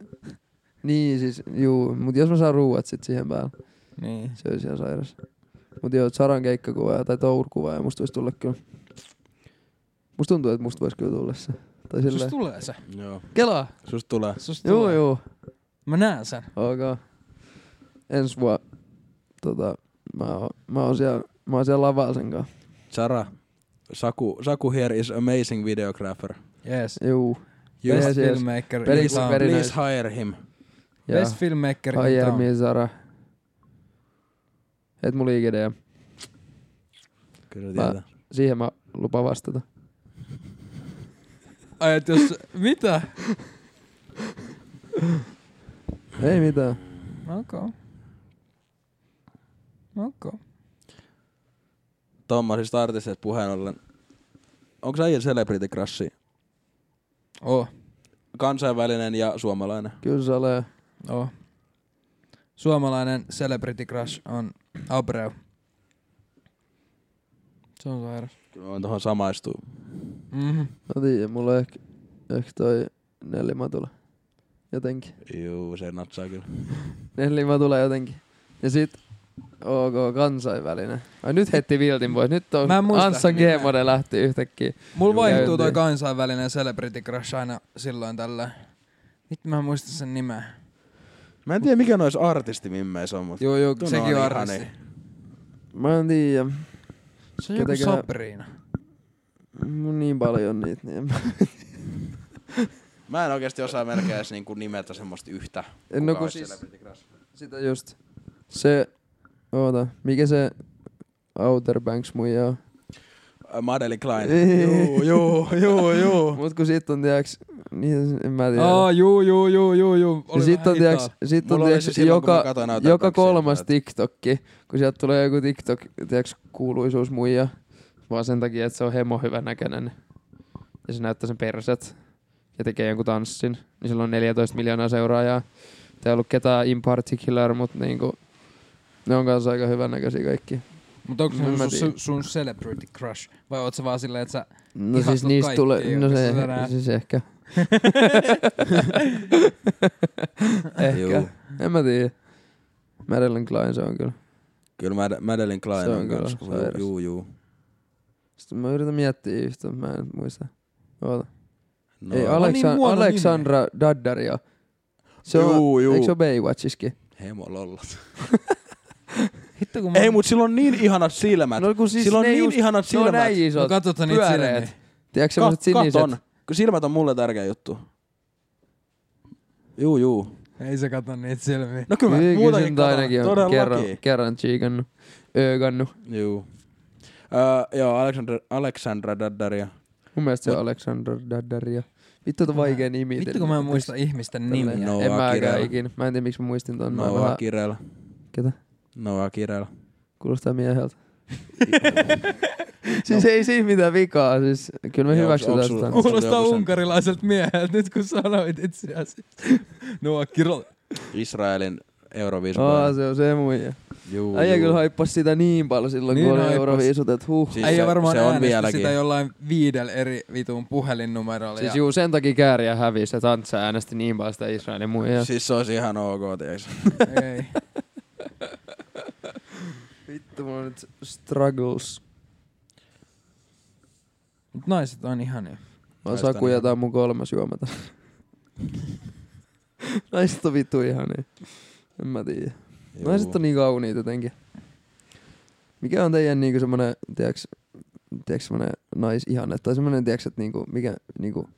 Speaker 2: Niin siis, juu, mut jos mä saan ruuat sit siihen päälle,
Speaker 1: Niin.
Speaker 2: se olisi ihan sairas. Mut joo, Saran keikkakuvaaja tai Tour-kuvaaja, musta voisi tulla kyllä. Musta tuntuu, että musta voisi kyllä tulla se. Tai
Speaker 1: Sus
Speaker 2: silleen,
Speaker 1: tulee se.
Speaker 3: Joo.
Speaker 2: kelaa!
Speaker 3: Sus tulee.
Speaker 1: Sus tulee.
Speaker 2: Joo, joo,
Speaker 1: Mä näen sen.
Speaker 2: ok. Ensi vuonna, tota, mä oon, mä oon siellä, mä oon siellä lavaa sen kanssa.
Speaker 3: Sara, Saku, Saku here is amazing videographer.
Speaker 1: Yes.
Speaker 2: Juu.
Speaker 3: You,
Speaker 2: Yes,
Speaker 1: Best
Speaker 2: yes.
Speaker 1: filmmaker
Speaker 2: Very
Speaker 1: in
Speaker 2: good,
Speaker 1: town.
Speaker 2: very
Speaker 3: please
Speaker 2: nice.
Speaker 3: hire him.
Speaker 2: Ja
Speaker 1: Best filmmaker in town.
Speaker 2: aiemmin Sara. Et mulla IGD.
Speaker 3: Kyllä
Speaker 2: Mä-
Speaker 3: tietää.
Speaker 2: Siihen mä lupaan vastata.
Speaker 1: Ai, et jos... Mitä?
Speaker 2: Ei mitään.
Speaker 1: Okei. Okay. Okei. Okay.
Speaker 3: Tuommoisista artisteista puheen ollen. Onko äijä Celebrity Crush?
Speaker 1: Oo,
Speaker 3: Kansainvälinen ja suomalainen.
Speaker 2: Kyllä se ole.
Speaker 1: oo. oh. Suomalainen Celebrity Crush on Abreu. Se on sairas.
Speaker 3: Kyllä on tuohon samaistuu.
Speaker 1: Mm-hmm.
Speaker 2: Mä tiedän, No mulla on ehkä, ehkä toi nelimatula. Jotenkin.
Speaker 3: Juu, se natsaa kyllä.
Speaker 2: Nelimatula jotenkin. Ja sit OK, kansainvälinen. Ai nyt heti viltin pois. Nyt on
Speaker 1: Mä en muista.
Speaker 2: Anssa
Speaker 1: Niin.
Speaker 2: G-mode lähti yhtäkkiä.
Speaker 1: Mulla vaihtuu toi
Speaker 2: Käyntiin.
Speaker 1: kansainvälinen Celebrity Crush aina silloin tällä. Vittu mä en muista sen nimeä.
Speaker 4: Mä en tiedä mikä nois artisti mimmeissä on, mutta
Speaker 1: Joo, joo,
Speaker 4: Tuo
Speaker 1: sekin on
Speaker 4: on
Speaker 1: artisti.
Speaker 4: ihani.
Speaker 2: Mä en tiedä.
Speaker 1: Se on joku
Speaker 2: Ketäkään-
Speaker 1: Sabrina.
Speaker 2: Mun on niin paljon niitä. Niin en mä-
Speaker 4: mä en oikeesti osaa melkein edes niinku nimetä semmoista yhtä.
Speaker 2: En
Speaker 4: kuka
Speaker 2: no kun
Speaker 4: olisi
Speaker 2: siis
Speaker 4: Celebrity Crush.
Speaker 2: sitä just. Se, oota, mikä se Outer Banks muija on?
Speaker 4: Ä, Madeleine Äh, Klein.
Speaker 2: Ei.
Speaker 4: joo, joo, joo.
Speaker 2: Mut kun sit on tiiäks, niin en mä tiedä.
Speaker 1: Aa, juu, juu, juu, juu, juu.
Speaker 2: Ja
Speaker 1: Oli
Speaker 2: sit
Speaker 1: vähän
Speaker 2: on,
Speaker 1: hitaa.
Speaker 2: tiiäks, sit on
Speaker 4: Mulla oli
Speaker 2: tiiäks,
Speaker 4: se silloin, kun
Speaker 2: joka,
Speaker 4: mä katoin Outer
Speaker 2: joka
Speaker 4: Banksia,
Speaker 2: kolmas
Speaker 4: että-
Speaker 2: TikTokki, kun sieltä tulee joku TikTok, tiiäks, kuuluisuus muija, vaan sen takia, että se on hemo hyvän näköinen. Ja se näyttää sen perset ja tekee jonkun tanssin. Niin sillä on 14 miljoonaa seuraajaa. Tää ei ollut ketään in particular, mut niinku, ne on kanssa aika hyvännäköisiä kaikki.
Speaker 1: Mut onko
Speaker 2: En
Speaker 1: sun,
Speaker 2: mä tiedä.
Speaker 1: sun, sun Celebrity Crush? Vai oot sä vaan silleen, että sä...
Speaker 2: No siis
Speaker 1: Ihastut
Speaker 2: niistä
Speaker 1: kaikkiin,
Speaker 2: tulee, no
Speaker 1: jotka
Speaker 2: se,
Speaker 1: sä näet.
Speaker 2: siis ehkä. ehkä,
Speaker 4: Juu.
Speaker 2: en mä tiedä. Madeline Klein se on kyllä.
Speaker 4: Kyllä Mad- Madeleine Klein
Speaker 2: Se on
Speaker 4: on
Speaker 2: kyllä
Speaker 4: kans.
Speaker 2: sairas.
Speaker 4: Juu, juu.
Speaker 2: Sitten mä yritän miettiä yhtä, mä en muista. Oota.
Speaker 4: No.
Speaker 2: No. Ei,
Speaker 1: Ole
Speaker 2: Aleksa-
Speaker 1: niin huono nimi.
Speaker 2: Aleksandra Daddaria. Se on,
Speaker 4: Juu, juu.
Speaker 2: eikö se ole Baywatchiskin?
Speaker 4: Hemo lollat.
Speaker 1: Hitto kun mä...
Speaker 4: Ei, mut sillä on niin ihanat silmät.
Speaker 2: No kun
Speaker 4: siis
Speaker 2: siis
Speaker 4: sillä on
Speaker 2: ne
Speaker 4: niin
Speaker 2: just,
Speaker 4: ihanat
Speaker 2: ne on
Speaker 4: silmät.
Speaker 2: näin
Speaker 1: No
Speaker 2: isot, no,
Speaker 1: katsotaan niitä
Speaker 2: pyöreät.
Speaker 1: silmiä.
Speaker 2: Tiedätkö semmoset siniset?
Speaker 4: katon. Kun silmät on mulle tärkeä juttu. Juu, juu.
Speaker 1: Ei se kato niitä silmiä.
Speaker 4: No kyllä mä
Speaker 2: Muutenkin
Speaker 4: muutakin
Speaker 2: katon.
Speaker 4: katon.
Speaker 2: Niin, ainakin on kerran,
Speaker 4: Todellakin.
Speaker 2: kerran chiikannu, öökannu.
Speaker 4: Juu. Öö, joo, Aleksandra, Aleksandra Daddaria.
Speaker 2: Mun mielestä se on Aleksandra Daddaria. Vittu, on vaikea nimi.
Speaker 1: Vittu kun mä en muista ihmisten nimiä.
Speaker 2: Tälleen.
Speaker 4: Noah
Speaker 2: en mäkään
Speaker 4: Kirela.
Speaker 2: ikinä. Mä en tiedä, miksi mä muistin ton. Mä
Speaker 4: Noa
Speaker 2: vähän-
Speaker 4: vähän... Kirel.
Speaker 2: Ketä?
Speaker 4: Noa Kirel.
Speaker 2: Kuulostaa mieheltä. siis ei siinä mitään vikaa, siis kyllä me
Speaker 4: Joo,
Speaker 2: hyväksytään
Speaker 4: onks- onks
Speaker 2: sitä.
Speaker 4: sulla-
Speaker 1: Kuulostaa
Speaker 4: Joku sen-
Speaker 1: unkarilaiselta mieheltä nyt kun sanoit itse asiassa. Noa Kirol.
Speaker 4: Israelin Euroviisun.
Speaker 2: Aa, se on se muija.
Speaker 4: Juu,
Speaker 2: Äijä
Speaker 4: juu.
Speaker 2: kyllä haippasi sitä niin paljon silloin,
Speaker 1: Niin
Speaker 2: kun oli
Speaker 1: haippasi.
Speaker 2: Euroviisut, että huh.
Speaker 4: Siis
Speaker 1: Äijä
Speaker 4: se-
Speaker 1: varmaan
Speaker 4: se on
Speaker 1: äänesti
Speaker 4: vieläkin.
Speaker 1: sitä jollain viidellä eri vitun puhelinnumerolla.
Speaker 2: Siis
Speaker 1: ja...
Speaker 2: juu, sen takia kääriä hävisi, että Antsa äänesti niin paljon sitä Israelin muijaa.
Speaker 4: Siis se olisi ihan ok, tiiäks.
Speaker 1: Ei.
Speaker 2: Vittu, mulla on nyt struggles.
Speaker 1: Mut naiset on ihania.
Speaker 2: Mä
Speaker 4: Naista
Speaker 2: Saku
Speaker 4: niin.
Speaker 2: ja tää on mun kolmas juomata. Naiset on vittu ihan niin. En mä tiedä.
Speaker 4: Juu.
Speaker 2: Naiset on niin kauniita jotenkin. Mikä on teidän niinku semmonen, tiiäks, tiiäks semmonen naisihanne, tai semmonen, tiiäks, että niinku, mikä, niinku,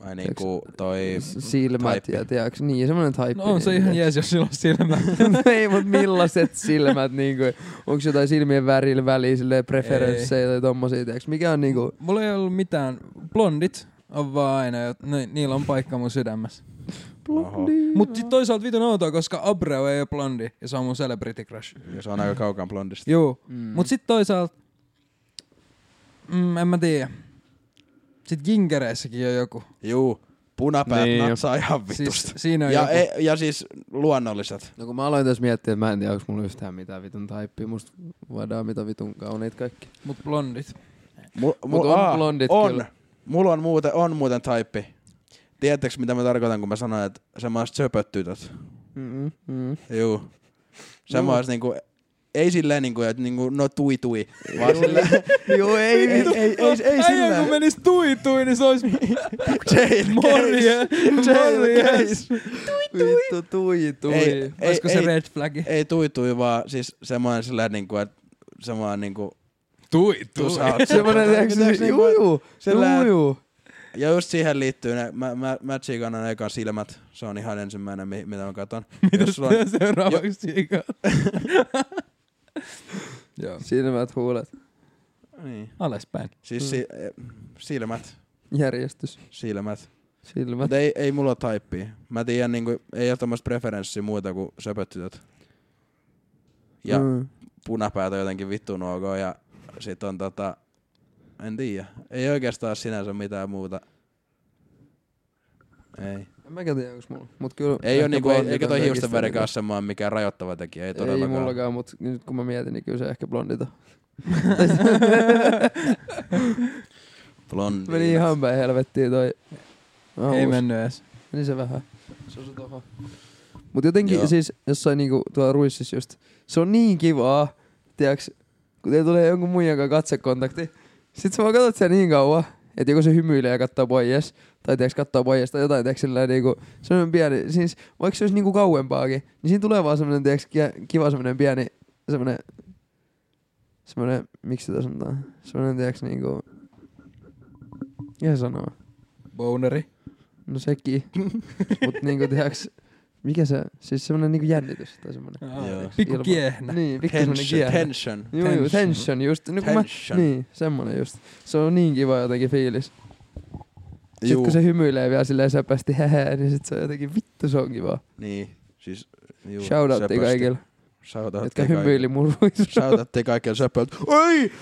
Speaker 4: Ai
Speaker 3: niin
Speaker 4: niinku toi...
Speaker 2: s- silmät
Speaker 4: taippi.
Speaker 2: ja tiiäks, niin, semmonen taippi.
Speaker 1: No on se
Speaker 2: niin,
Speaker 1: ihan jees,
Speaker 2: tiiäks.
Speaker 1: jos sillä on silmä.
Speaker 2: No Ei, mut millaiset silmät, niinku, onks jotain silmien värillä väliä, silleen preferenssejä tai tommosia, tiiäks, mikä on niinku,
Speaker 1: Mulla ei ollut mitään. Blondit on vaan aina, jo- ni, niillä on paikka mun sydämessä.
Speaker 2: blondi.
Speaker 1: Mut sit toisaalta vitun outoa, koska Abreu ei ole blondi ja se on mun celebrity crush.
Speaker 4: Ja se on aika kaukaan blondista.
Speaker 1: Joo.
Speaker 2: Mm.
Speaker 1: Mut sit toisaalta, mm, en mä tiedä. Sit Jinkereissäkin on joku.
Speaker 4: Juu. Punapäät
Speaker 2: Niin.
Speaker 4: niin. natsaa ihan
Speaker 1: Siis
Speaker 4: vitusta.
Speaker 1: siinä on
Speaker 4: ja,
Speaker 1: joku.
Speaker 4: e, ja siis luonnolliset.
Speaker 2: No kun mä aloin tässä miettiä, että mä en tiedä, onko mulla yhtään mitään vitun taippia. Musta voidaan mitä vitun kauniit kaikki.
Speaker 1: Mut blondit.
Speaker 4: Mul,
Speaker 2: Mut on blondit
Speaker 4: on.
Speaker 2: kyllä.
Speaker 4: Mulla on muuten, on muuten taippi. Tiedättekö mitä mä tarkoitan, kun mä sanoin, että semmoiset söpöt tytöt.
Speaker 2: Mm-mm, mm.
Speaker 4: Juu. Semmoiset niinku, ei silleen niinku, että niinku, no tui tui, vaan silleen,
Speaker 2: Joo, ei
Speaker 4: ei,
Speaker 2: vitun.
Speaker 4: ei, ei, ei
Speaker 1: Äijä kun
Speaker 4: silleen.
Speaker 1: menis tui tui, niin se ois
Speaker 4: Jail
Speaker 1: morje.
Speaker 4: Jail
Speaker 1: Morjes.
Speaker 4: case.
Speaker 2: Vittu, tui, tui.
Speaker 4: Ei, ei,
Speaker 1: Olisiko se
Speaker 4: ei,
Speaker 1: red flagi?
Speaker 4: ei tui tui, vaan siis semmoinen silleen niinku, että semmoinen niinku,
Speaker 1: Tui
Speaker 4: tu sä oot
Speaker 2: Semmoinen, tiiäks,
Speaker 4: Tiedätkö,
Speaker 2: se,
Speaker 4: niinku,
Speaker 2: juu, juu,
Speaker 4: sillä-
Speaker 2: juu, juu.
Speaker 4: Ja just siihen liittyy ne, mä, mä, mä tsiikan on eka silmät, se on ihan ensimmäinen, mi- mitä mä katon. Jos sulla on,
Speaker 1: Seuraavaksi Jika. Joo.
Speaker 2: Silmät, huulet,
Speaker 4: niin.
Speaker 1: Alaspäin.
Speaker 2: Mm.
Speaker 4: Siis si, eh, silmät,
Speaker 2: järjestys,
Speaker 4: silmät.
Speaker 2: silmät.
Speaker 4: Mut ei, ei mulla ole taippia. Mä tiedän, niinku, ei ole tämmöistä preferenssiä muuta kuin söpöt tytöt. Ja mm.
Speaker 2: Mm.
Speaker 4: punapäätä jotenkin vittuun ok ja sit on tota, en tiedä. Ei oikeastaan sinänsä mitään muuta. Ei.
Speaker 2: En mäkään tiedä, onks mulla. Mut kyllä,
Speaker 4: Ei
Speaker 2: ehkä
Speaker 4: ole niinku,
Speaker 2: blondit
Speaker 4: eikä
Speaker 2: on
Speaker 4: toi
Speaker 2: kaikista
Speaker 4: hiusten väri
Speaker 2: niinku-
Speaker 4: kanssa semmoinen mikään rajoittava tekijä, ei
Speaker 2: Ei
Speaker 4: todellakaan.
Speaker 2: mullakaan, mut nyt kun mä mietin, niin kyllä se ehkä blondita.
Speaker 4: Blondi.
Speaker 2: Meni ihan päin helvettiin toi.
Speaker 1: Ei mennyt edes.
Speaker 2: Meni se vähän. Se osui tohon. Mutta jotenkin Joo.
Speaker 3: Joo.
Speaker 2: siis jossain niinku tuo ruississa just, se on niin kivaa, tiiäks, kun teillä tulee jonkun muijan kanssa katsekontakti. Sitten sä vaan katsot siellä niin kauan, että joko se hymyilee ja katsoo pois, tai tiiäks katsoo pois, tai jotain tiiäks sillä niinku, semmonen pieni, siis vaikka se olisi niinku kauempaakin, niin siinä tulee vaan semmonen tiiäks ki- kiva semmonen pieni, semmonen, semmonen, miksi sitä sanotaan, semmonen tiiäks niinku, mikä se sanoo?
Speaker 1: Boneri.
Speaker 2: No sekin. Mut niinku tiiäks, mikä se, siis semmonen niinku jännitys tai semmonen.
Speaker 3: Joo.
Speaker 1: Pikku
Speaker 2: Ilman-
Speaker 1: kiehnä.
Speaker 2: Niin, pikku semmonen
Speaker 3: Tension.
Speaker 2: kierre.
Speaker 3: Tension.
Speaker 2: Joo, joo,
Speaker 1: Tension.
Speaker 2: tension just. No, kun mä,
Speaker 3: Tension.
Speaker 2: niin, semmonen just. Se on niin kiva jotenkin fiilis. Sitten
Speaker 3: Juu.
Speaker 2: kun se hymyilee vielä silleen söpästi hehe, niin sit se on jotenkin vittu se on kiva.
Speaker 3: Niin. Siis, juu.
Speaker 2: Shoutoutti
Speaker 3: söpösti.
Speaker 2: kaikille,
Speaker 3: Shoutoutti
Speaker 2: jotka
Speaker 3: kaikille.
Speaker 2: hymyili mun ruisuun.
Speaker 3: Shoutoutti kaikille söpöiltä. Oi!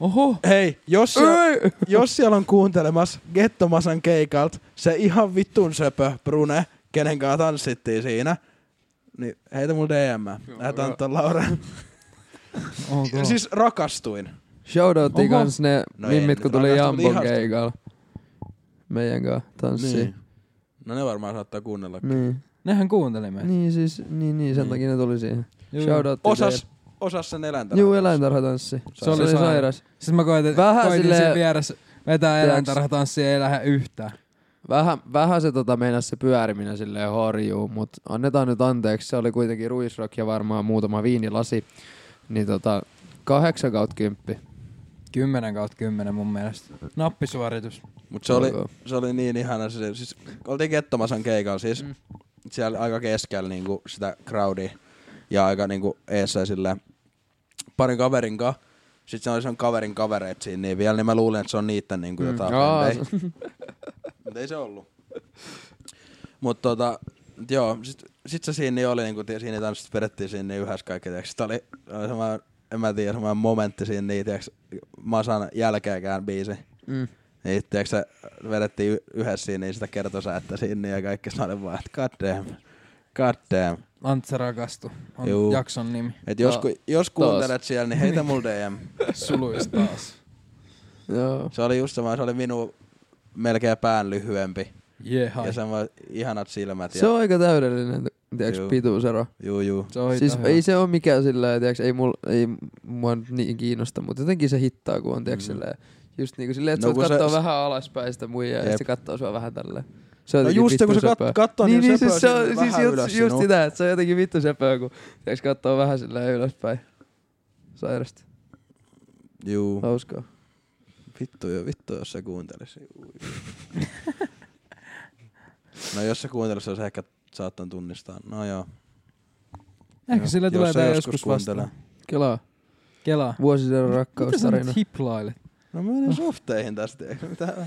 Speaker 1: Oho.
Speaker 3: Hei, jos siellä, jos siellä on kuuntelemassa Gettomasan keikalta se ihan vittun söpö Brune, kenen kanssa tanssittiin siinä, niin heitä mulle DM. Lähetä antaa Laura.
Speaker 1: Onko?
Speaker 3: Siis rakastuin.
Speaker 2: Shoutoutti
Speaker 1: Oho.
Speaker 2: kans ne
Speaker 3: No ei
Speaker 2: mimmit,
Speaker 3: nyt
Speaker 2: kun tuli
Speaker 3: rakasta,
Speaker 2: Jambon
Speaker 3: mutta ihastu.
Speaker 2: keikalla. Meidän kanssa tanssii.
Speaker 3: No ne varmaan saattaa kuunnella.
Speaker 2: Niin.
Speaker 1: Nehän kuunteli meitä.
Speaker 2: Niin siis, niin, niin, sen
Speaker 3: Niin.
Speaker 2: takia ne tuli siihen.
Speaker 1: Juu.
Speaker 2: Shoutoutti
Speaker 3: Osas, osas sen eläintä.
Speaker 2: Juu, eläintarhatanssi. Se oli
Speaker 1: sairas.
Speaker 2: sairas.
Speaker 1: Sitten Siis mä koitin,
Speaker 2: Vähän
Speaker 1: koitin
Speaker 2: silleen-
Speaker 1: siinä vieressä vetää
Speaker 2: Tiedäks-
Speaker 1: eläintarhatanssia ei lähde yhtään.
Speaker 2: Vähän, vähän se tota meinas se pyöriminen silleen horjuu, mutta annetaan nyt anteeksi. Se oli kuitenkin ruisrock ja varmaan muutama viinilasi. Niin tota, 8 kautta 10.
Speaker 1: 10 kautta 10 mun mielestä. Nappisuoritus.
Speaker 3: Mut se oli,
Speaker 2: Joo.
Speaker 3: se oli niin ihana. Se, siis, oltiin Kettomasan keikalla siis.
Speaker 2: Mm.
Speaker 3: Mm. Siellä aika keskellä niinku, sitä crowdia ja aika niinku, eessä sillä parin kaverin kanssa. Sitten se oli sen kaverin kavereit siinä niin vielä, niin mä luulen, että se on niitten niinku, jotain.
Speaker 2: Aa,
Speaker 3: Mm. Mut ei se ollut. Mut tota, joo, sit, sit se siinä niin oli, niinku, tie- siinä tanssit vedettiin siinä niin yhdessä kaikki, tiiäks. Sit oli, oli semmoinen, en mä tiedä, semmoinen momentti siinä, niin tiiäks, Masan jälkeäkään biisi.
Speaker 2: mm.
Speaker 3: Niin, tiiäks, se vedettiin y- yhdessä siinä, niin sitä kertosäättä siinä ja kaikki sanoi vaan, että god damn, god damn.
Speaker 1: Antsa rakastu on
Speaker 3: Juu.
Speaker 1: jakson nimi.
Speaker 3: Et jos,
Speaker 2: No,
Speaker 3: ku, jos kuuntelet siellä, niin heitä mulle DM.
Speaker 1: Suluista taas.
Speaker 2: Joo.
Speaker 3: Se oli just sama, se oli minun melkein pään lyhyempi.
Speaker 1: Jeha.
Speaker 3: Ja semmoiset ihanat silmät. Ja,
Speaker 2: Se on aika täydellinen, tiiäks,
Speaker 3: Juu.
Speaker 2: pituusero.
Speaker 3: Juu, juu.
Speaker 1: Se on
Speaker 2: Siis
Speaker 1: ihan
Speaker 2: ei
Speaker 1: hyvä.
Speaker 2: se ole mikään sillä tiiäks, ei, mul, ei mua nyt niin kiinnosta, mutta jotenkin se hittaa, kun on tiiäks,
Speaker 3: Mm.
Speaker 2: silleen, just niinku silleen, että no,
Speaker 3: No
Speaker 2: sä
Speaker 3: kun
Speaker 2: voit
Speaker 3: se-
Speaker 2: katsoa
Speaker 3: se-
Speaker 2: vähän alaspäin sitä muijaa ja
Speaker 3: Jep.
Speaker 2: sit se katsoo sua vähän tälleen. Se on
Speaker 3: No
Speaker 2: jotenkin
Speaker 3: just se, kun
Speaker 2: vittu
Speaker 3: se
Speaker 2: söpöä.
Speaker 3: kat, kattoo,
Speaker 2: niin, niin siis se
Speaker 3: söpöä
Speaker 2: on
Speaker 3: sinne
Speaker 2: siis
Speaker 3: vähän
Speaker 2: just,
Speaker 3: ylös
Speaker 2: just
Speaker 3: sinua.
Speaker 2: sitä, että se on jotenkin vittu sepöä, kun tiiäks, katsoo vähän silleen ylöspäin. Sairasta.
Speaker 3: Juu.
Speaker 2: Hauskaa.
Speaker 3: Vittu, jo, vittu jos se kuuntelisi. Juu, juu. no jos se kuuntelisi, se olisi ehkä saattanut tunnistaa. No joo.
Speaker 1: Ehkä
Speaker 3: Joo.
Speaker 1: sillä
Speaker 3: Jos
Speaker 1: tulee
Speaker 3: se
Speaker 1: tää
Speaker 3: joskus
Speaker 1: joskus
Speaker 3: kuuntelee.
Speaker 1: vastaan.
Speaker 2: Kelaa.
Speaker 1: Kelaa.
Speaker 2: Vuosisadan
Speaker 1: Mitä sä
Speaker 2: rakkaustarina.
Speaker 1: nyt hiplailet?
Speaker 3: No mä
Speaker 2: Oh.
Speaker 3: menen softeihin tästä. No, eikö mitään?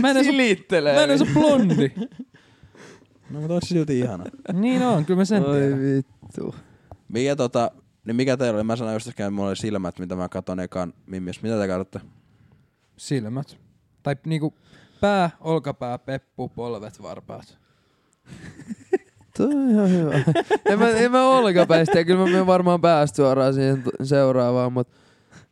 Speaker 1: Mä en ole
Speaker 2: Silittelee.
Speaker 1: mä en ole blondi.
Speaker 3: No mutta olisi silti ihana.
Speaker 1: niin on, kyllä mä sen
Speaker 2: Oi
Speaker 1: tiedän.
Speaker 2: vittu.
Speaker 3: Mikä tota, niin mikä teillä oli? Mä sanoin just äsken, että mulla oli silmät, mitä mä katon ekan mimmis. Mitä te katsotte?
Speaker 1: Silmät. Tai niinku pää, olkapää, peppu, polvet, varpaat.
Speaker 2: Toi on ihan hyvä. en mä, en mä olkapäistä, ja kyllä mä menen varmaan päästä suoraan siihen t- seuraavaan, mutta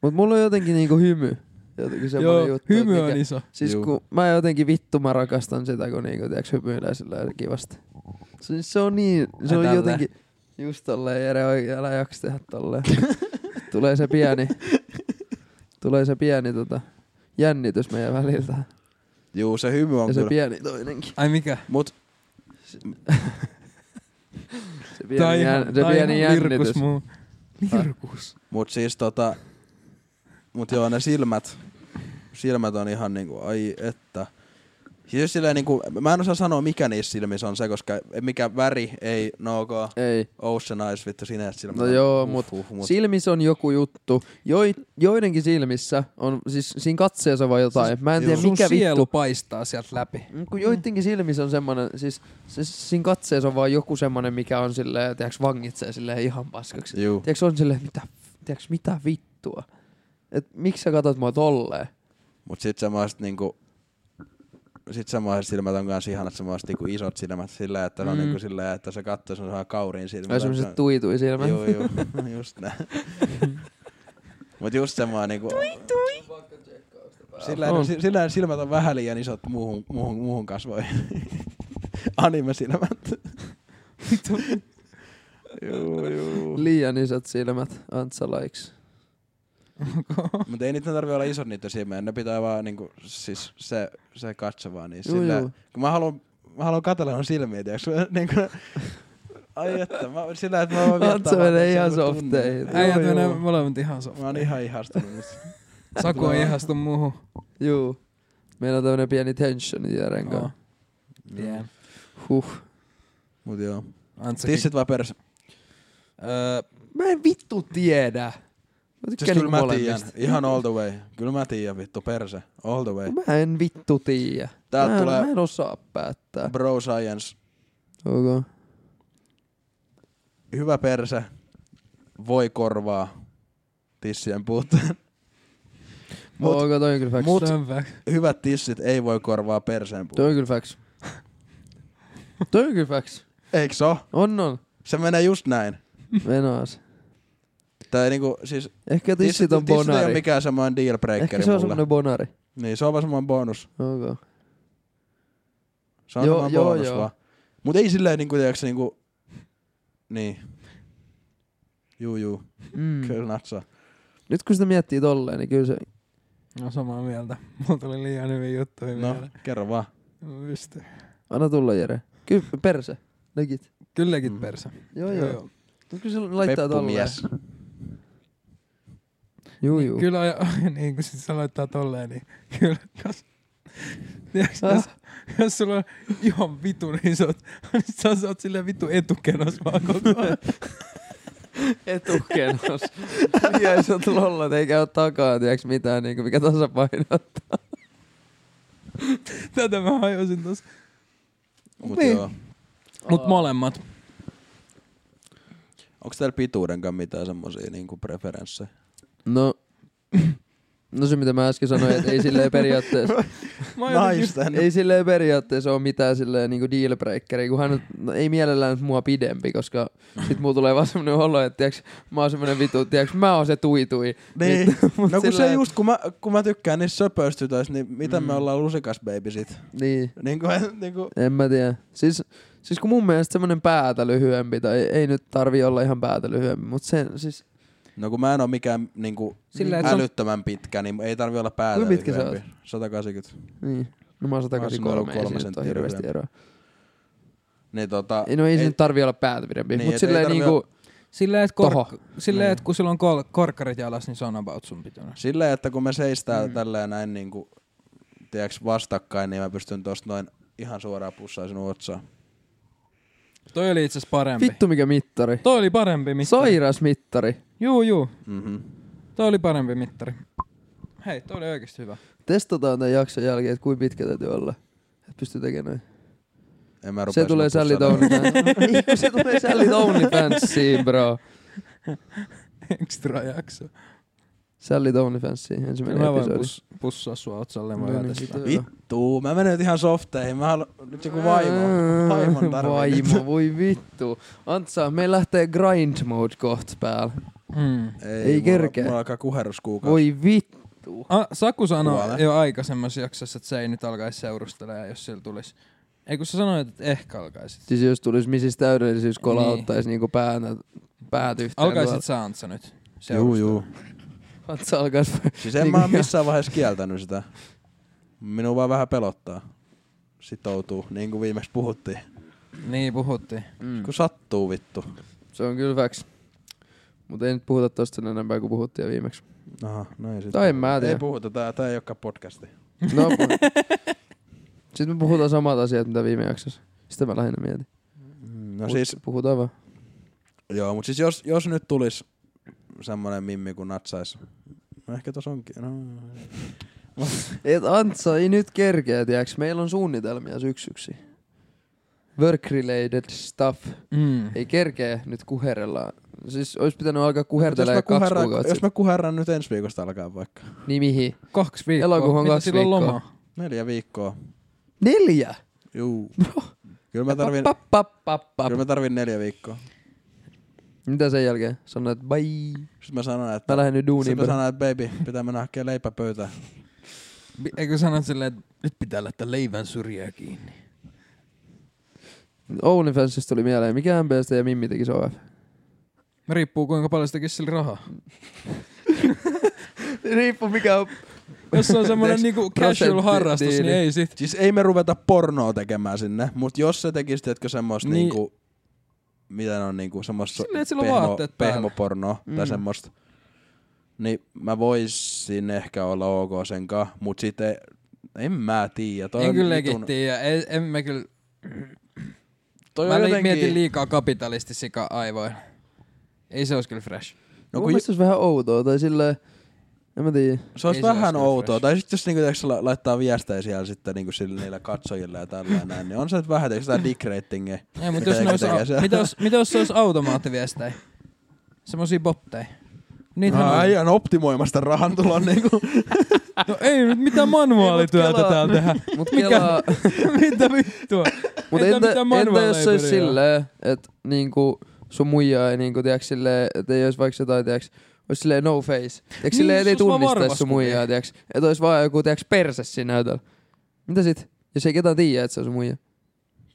Speaker 2: mut mulla on jotenkin niinku hymy. Jotenkin semmoinen
Speaker 1: Joo,
Speaker 2: juttu.
Speaker 1: hymy
Speaker 2: että
Speaker 1: on
Speaker 2: mikä-
Speaker 1: iso.
Speaker 2: Siis
Speaker 3: Juu.
Speaker 2: kun mä jotenkin vittu mä rakastan sitä, kun niinku, tiiäks, hymyilee sillä lailla kivasti. Se, se on niin, se
Speaker 1: Ai
Speaker 2: on
Speaker 1: tälleen.
Speaker 2: jotenkin just tolleen, Jere, oikein, älä jaksa tehdä tolleen. tulee se pieni, tulee se pieni tota, jännitys meidän väliltä.
Speaker 3: Juu, se hymy on
Speaker 2: Ja se
Speaker 3: kyllä.
Speaker 2: pieni toinenkin.
Speaker 1: Ai mikä?
Speaker 3: Mut
Speaker 2: Se pieni, jän, se pieni jännitys.
Speaker 1: Lirkus muu. Lirkus.
Speaker 3: Mut siis tota, mut joo ne silmät, silmät on ihan niinku, ai että. Siis jos silleen niinku, mä en osaa sanoa mikä niissä silmissä on se, koska mikä väri ei, no ok,
Speaker 2: Ei.
Speaker 3: Ocean Eyes, vittu sineet silmät.
Speaker 2: No
Speaker 3: on-
Speaker 2: joo, mut
Speaker 3: mut
Speaker 2: Silmissä on joku juttu. Joi, joidenkin silmissä on, siis siinä katseessa vai jotain. Siis, mä en tiedä
Speaker 1: Sun
Speaker 2: mikä
Speaker 1: sielu
Speaker 2: vittu.
Speaker 1: paistaa sieltä läpi.
Speaker 2: Mm, Kun joidenkin silmissä on semmonen, siis, siis siinä katseessa on vaan joku semmonen, mikä on silleen, tiiäks, vangitsee silleen ihan paskaksi.
Speaker 3: Juu.
Speaker 2: Tiiäks, on silleen, mitä, tiiäks, mitä vittua? Et miksi sä katot mua tolleen?
Speaker 3: Mut sit semmoiset niinku, sit semmoiset silmät on kans ihanat semmoiset niinku isot silmät sillä, että se on
Speaker 2: Mm.
Speaker 3: niinku sillä, että se katsoo semmoisen kauriin silmät.
Speaker 2: Ai semmoset tuitui silmät.
Speaker 3: Joo, joo, just näin. Mut just semmoinen niinku... Tui, tui! Sillä,
Speaker 2: On.
Speaker 3: on. sillä silmät on vähän liian isot muuhun, muuhun, muuhun kasvoihin. Anime-silmät. juu, juu.
Speaker 2: Liian isot silmät Antsalaiksi.
Speaker 3: Mutta ei niitä tarvitse olla isot niitä silmiä, ne pitää vaan niinku, siis se, se katso vaan niin
Speaker 2: Juu,
Speaker 3: sillä,
Speaker 2: juu.
Speaker 3: kun mä haluan, mä haluan katella on silmiä, tiiäks, mä niinku, ai että, mä, sillä että mä voin
Speaker 2: Antsa menee ihan
Speaker 3: semmoista tunnetta.
Speaker 2: softeihin.
Speaker 1: Äijät
Speaker 2: Juu,
Speaker 1: menee
Speaker 2: juu.
Speaker 1: molemmat ihan soft.
Speaker 3: Mä oon ihan ihastunut nyt.
Speaker 1: Saku on ihastu muuhun.
Speaker 2: Juu. Meillä on tämmönen pieni tensioni Jeren kanssa.
Speaker 1: Oo. Tiedän.
Speaker 2: Huh.
Speaker 3: Mut joo.
Speaker 1: Antsakin-
Speaker 3: Tissit vai perse?
Speaker 1: Öö,
Speaker 2: Mä en vittu tiedä. Mä
Speaker 3: Siis
Speaker 2: tykkään
Speaker 3: kyllä
Speaker 2: niinku
Speaker 3: mä tiedän.
Speaker 2: molemmista.
Speaker 3: Ihan all the way. Kyllä mä tiedän vittu perse. All the way.
Speaker 2: Mä en vittu tiedä.
Speaker 3: Täältä
Speaker 2: mä, en-
Speaker 3: tulee-
Speaker 2: mä en osaa päättää.
Speaker 3: Bro science.
Speaker 2: Okay.
Speaker 3: Hyvä perse. Voi korvaa tissien puutteen. Mut-
Speaker 2: Mut, okay, toi on kyllä facts.
Speaker 1: mut.
Speaker 2: Mut,
Speaker 1: Se on väk-
Speaker 3: Hyvät tissit ei voi korvaa perseen puutteen.
Speaker 2: toi on kyllä facts. toi on kyllä facts.
Speaker 3: Eikö se oo?
Speaker 2: On on.
Speaker 3: Se menee just näin.
Speaker 2: Menoas.
Speaker 3: Tai niinku siis...
Speaker 2: Ehkä tissit on
Speaker 3: tissit ei ole
Speaker 2: bonari.
Speaker 3: mikään semmoinen deal
Speaker 2: Ehkä
Speaker 3: breakeri
Speaker 2: se on
Speaker 3: mulle.
Speaker 2: semmonen bonari.
Speaker 3: Niin se on vaan semmoinen bonus.
Speaker 2: Okay.
Speaker 3: Se on
Speaker 2: Joo,
Speaker 3: semmoinen
Speaker 2: joo,
Speaker 3: bonus
Speaker 2: joo.
Speaker 3: vaan. Mut ei silleen niinku tiiäks niinku... Niin. Juu juu.
Speaker 2: Mm.
Speaker 3: Kyllä natsaa.
Speaker 2: Nyt kun sitä miettii tolleen, niin kyllä se...
Speaker 1: No samaa mieltä. Mulla tuli liian hyvin juttuja no.
Speaker 3: No,
Speaker 1: mieleen.
Speaker 3: kerro vaan.
Speaker 1: Mä pystyn.
Speaker 2: Anna tulla Jere. Kyllä perse. Legit.
Speaker 1: Kylläkin
Speaker 3: Mm.
Speaker 1: perse.
Speaker 2: Joo joo. joo. Kyllä se laittaa tolleen.
Speaker 3: Peppumies.
Speaker 2: Juu juu.
Speaker 1: Kyllä, ja, niin kun sit sä laittaa tolleen, niin kyllä. Jos, tiiäks, jos, jos sulla on ihan vitun isot, niin sä, sä oot silleen vitu etukenos vaan koko ajan.
Speaker 2: Etukenos. Mies on lollat, eikä ole takaa, tiiäks mitään, niinku, mikä tasapainottaa.
Speaker 1: Tätä mä hajosin tossa.
Speaker 3: Mut
Speaker 1: Niin.
Speaker 3: joo.
Speaker 1: Mut molemmat.
Speaker 3: Onko täällä pituudenkaan mitään semmosia niinku preferenssejä?
Speaker 2: No, no se mitä mä äsken sanoin, että ei silleen periaatteessa,
Speaker 1: Mä oon jotenkin-
Speaker 2: ei silleen periaatteessa ole mitään silleen niinku dealbreakeria, kun hän no, ei mielellään nyt mua pidempi, koska sit mulla tulee vaan semmonen olo, että tiiäks, mä oon semmonen vitu, tiiäks, mä oon se tuitui.
Speaker 3: Niin.
Speaker 2: Mut
Speaker 3: No kun se
Speaker 2: silleen-
Speaker 3: just, kun mä, kun mä tykkään niistä söpöstytöistä, niin mitä mm.
Speaker 2: Mm.
Speaker 3: me ollaan lusikas baby sit?
Speaker 2: Niin.
Speaker 3: Niin kuin, niin kuin,
Speaker 2: En mä tiedä. Siis, siis kun mun mielestä semmonen päätä lyhyempi, tai ei nyt tarvi olla ihan päätä lyhyempi, mutta sen siis...
Speaker 3: no kun mä en oo mikään niin kuin,
Speaker 1: Sillä, että se on-
Speaker 3: älyttömän pitkä, niin ei tarvi olla päätä.
Speaker 2: Kuinka pitkä sä
Speaker 3: lyhyempi. 180.
Speaker 2: Niin. No mä oon
Speaker 3: Mä oon semmonen
Speaker 2: 183, ei siinä
Speaker 3: kolme
Speaker 2: nyt ole
Speaker 3: senttiä
Speaker 2: hirveästi eroa.
Speaker 3: Niin tota...
Speaker 2: Ei, no ei, ei. nyt tarvi olla päätä pidempi,
Speaker 3: Niin,
Speaker 2: niin, mutta
Speaker 3: et ei
Speaker 2: silleen
Speaker 3: tarvi
Speaker 2: niinku...
Speaker 1: Silleen, että
Speaker 2: Toho.
Speaker 1: kork- silleen,
Speaker 3: Niin.
Speaker 1: et kun sulla on kol- korkkarit jalas, niin se on about sun pituinen.
Speaker 3: Silleen, että kun me seistää
Speaker 1: Mm.
Speaker 3: mm. tälleen näin niin kuin, tiedäks, vastakkain, niin mä pystyn tosta noin ihan suoraan pussaa sinun otsaan.
Speaker 1: Toi oli itse asiassa parempi.
Speaker 2: Vittu mikä mittari.
Speaker 1: Toi oli parempi mittari.
Speaker 2: Sairas mittari.
Speaker 1: Juu, juu.
Speaker 3: Mm-hmm.
Speaker 1: Toi oli parempi mittari. Hei, toi oli oikeesti hyvä.
Speaker 2: Testataan tämän jakson jälkeen, että kuinka pitkä täytyy olla. Et pystyy tekemään noin.
Speaker 3: En mä
Speaker 2: Se
Speaker 3: rupea
Speaker 2: tulee
Speaker 3: sinua
Speaker 2: Sally
Speaker 3: pussailemaan.
Speaker 2: OnlyFans. Niin, kun se tulee Sally OnlyFansiin, bro.
Speaker 1: Extra jakso.
Speaker 2: Sally OnlyFansiin ensimmäinen
Speaker 1: Mä voin
Speaker 2: episodi.
Speaker 1: pus- pussaa sua otsalle, mä
Speaker 2: No niin,
Speaker 1: no, tästä.
Speaker 2: kiitos.
Speaker 3: Vittu, mä menen nyt ihan softeihin. Mä haluan nyt joku vaimo. Vaimon tarvii.
Speaker 2: Vaimo, voi vittu. Antsa, me lähtee grind mode kohta päällä.
Speaker 1: Mm.
Speaker 3: Ei,
Speaker 2: Ei
Speaker 3: mulla-
Speaker 2: kerkeä.
Speaker 3: Mulla alkaa kuherruskuukausi.
Speaker 2: Voi vittu.
Speaker 1: Ah, Saku sanoi
Speaker 3: Kuole.
Speaker 1: jo aikaisemmassa jaksossa, että se ei nyt alkaisi seurustelemaan, jos sillä tulisi. Ei kun sä sanoit, että ehkä alkaisit.
Speaker 2: Siis jos tulis missis täydellisyys kolauttaisi
Speaker 1: kolauttaisi
Speaker 2: niinku päätä, päät yhteen.
Speaker 1: Niin. Alkaisit sä Antsa nyt
Speaker 3: Juu,
Speaker 1: seurustella?
Speaker 3: juu.
Speaker 2: Antsa alkais.
Speaker 3: Siis en
Speaker 2: Niin
Speaker 3: mä oo
Speaker 2: kuin-
Speaker 3: missään vaiheessa kieltänyt sitä. Minua vaan vähän pelottaa. Sitoutuu, niin kuin viimeksi puhuttiin.
Speaker 1: Niin, puhuttiin.
Speaker 2: Mm.
Speaker 3: Kun sattuu vittu.
Speaker 2: Se on kyllä facts. Mutta ei nyt puhuta tosta sen enempää kuin puhuttiin jo viimeksi.
Speaker 3: Aha, no ei sit.
Speaker 2: Tai en mä
Speaker 3: Ei
Speaker 2: tiedä.
Speaker 3: puhuta, tää, tää ei olekaan podcasti.
Speaker 2: No, Sitten me puhutaan samat asiat, mitä viime jaksossa. Sitä mä lähinnä mietin.
Speaker 3: No
Speaker 2: Mut
Speaker 3: siis,
Speaker 2: Puhutaan vaan.
Speaker 3: joo, mut siis jos, jos nyt tulis semmonen mimmi kun natsais. No ehkä tos onkin. No.
Speaker 2: Et Antsa ei nyt kerkeä, tiiäks. Meillä on suunnitelmia syksyksi. Work-related stuff.
Speaker 1: Mm.
Speaker 2: Ei kerkeä nyt kuherella. Siis olisi pitänyt alkaa
Speaker 3: Mut Jos
Speaker 2: kuhertella
Speaker 3: mä,
Speaker 2: jo kaksi
Speaker 3: kuherran,
Speaker 2: kuukautta.
Speaker 3: jos mä kuherran nyt ensi viikosta alkaa vaikka.
Speaker 2: sitten. Niin mihin?
Speaker 1: Kaksi viikkoa.
Speaker 2: Elokuuhun
Speaker 1: Mitä
Speaker 2: kaksi
Speaker 1: sillä on
Speaker 2: viikkoa.
Speaker 1: lomaa?
Speaker 3: Neljä viikkoa.
Speaker 2: Neljä!
Speaker 3: Juu. Kyllä mä tarvin,
Speaker 2: Pap, pap, pap, pap.
Speaker 3: kyllä mä tarvin neljä viikkoa.
Speaker 2: Mitä sen jälkeen? Sanoit, että bye.
Speaker 3: Sitten mä sanon, että
Speaker 2: Mä lähden nyt duuniin.
Speaker 3: Sitten mä sanoin, että baby, pitää mennä hakemaan leipä pöytään.
Speaker 1: Bi- Eikö sanot silleen, että nyt pitää laittaa leivän syrjää kiinni?
Speaker 2: OnlyFansista tuli mieleen, mikä MBstä ja Mimmi teki se OF?
Speaker 1: Riippuu kuinka paljon sitä sillä rahaa.
Speaker 2: Riippu mikä on.
Speaker 1: Jos se on semmoinen
Speaker 3: Teeks
Speaker 1: niinku casual
Speaker 2: prosentti-
Speaker 1: harrastus, niin
Speaker 2: diili?
Speaker 1: ei sit.
Speaker 3: Siis ei me ruveta pornoa tekemään sinne, mutta jos se tekisi, tiedätkö, semmoista
Speaker 1: Niin.
Speaker 3: niin. niinku, mitä ne on niinku, semmoista
Speaker 1: Silleen, että sillä on vaatteet päällä.
Speaker 3: pehmopornoa mm. tai semmoista, niin mä voisin ehkä olla ok senkaan, mutta sitten en mä tiedä. Toi
Speaker 1: En
Speaker 3: on
Speaker 1: kyllä
Speaker 3: vitun-
Speaker 1: vitun... tiedä. En, en mä kyllä...
Speaker 3: Toi
Speaker 1: mä jotenkin...
Speaker 3: on jotenkin,
Speaker 1: mietin liikaa kapitalistisika aivoilla. Ei se olisi kyllä fresh.
Speaker 2: No,
Speaker 3: no, kun
Speaker 2: olisi vähän outoa, tai silleen, en mä tiedä.
Speaker 3: se
Speaker 1: ei
Speaker 3: olisi
Speaker 1: se olisi
Speaker 3: vähän
Speaker 1: kyllä
Speaker 3: outoa.
Speaker 1: fresh.
Speaker 3: Tai sitten jos niinku, tiedätkö, la- laittaa viestejä siellä sitten niinku sille niille katsojille ja tällä näin, niin on se nyt vähän, tiedätkö, sitä dick ratingia.
Speaker 1: Ei, mutta
Speaker 3: Mitä
Speaker 1: jos, ne
Speaker 3: joku
Speaker 1: olisi,
Speaker 3: tekee
Speaker 1: au-
Speaker 3: siellä?
Speaker 1: mitä, jos, mitä jos se olisi automaattiviestejä? Semmosia botteja. Niitähän
Speaker 3: No,
Speaker 1: on.
Speaker 3: äijä on optimoimasta rahan tulon niinku.
Speaker 1: No ei nyt mitään manuaalityötä
Speaker 2: kelaa.
Speaker 1: täällä tehdä.
Speaker 2: Mut
Speaker 1: Mikä-
Speaker 2: kelaa,
Speaker 1: Mitä vittua?
Speaker 2: Mutta
Speaker 1: Entä
Speaker 2: entä,
Speaker 1: mitä
Speaker 2: entä jos se olisi
Speaker 1: manuaaleiperiä on?
Speaker 2: silleen, että niinku sun muija ei niinku, tiiäks, silleen, että ei olisi vaikka jotain, tiiäks, olisi silleen no face. Tiiäks,
Speaker 1: Niin,
Speaker 2: niin, silleen,
Speaker 1: se
Speaker 2: et ei
Speaker 1: olisi vaan
Speaker 2: tunnistaisi sun
Speaker 1: varvaskuvia.
Speaker 2: muijaa, tiiäks. Että olisi vaan joku, tiiäks, perse siinä näytöllä. Mitä sit? Jos ei ketään tiedä, että se on sun muija.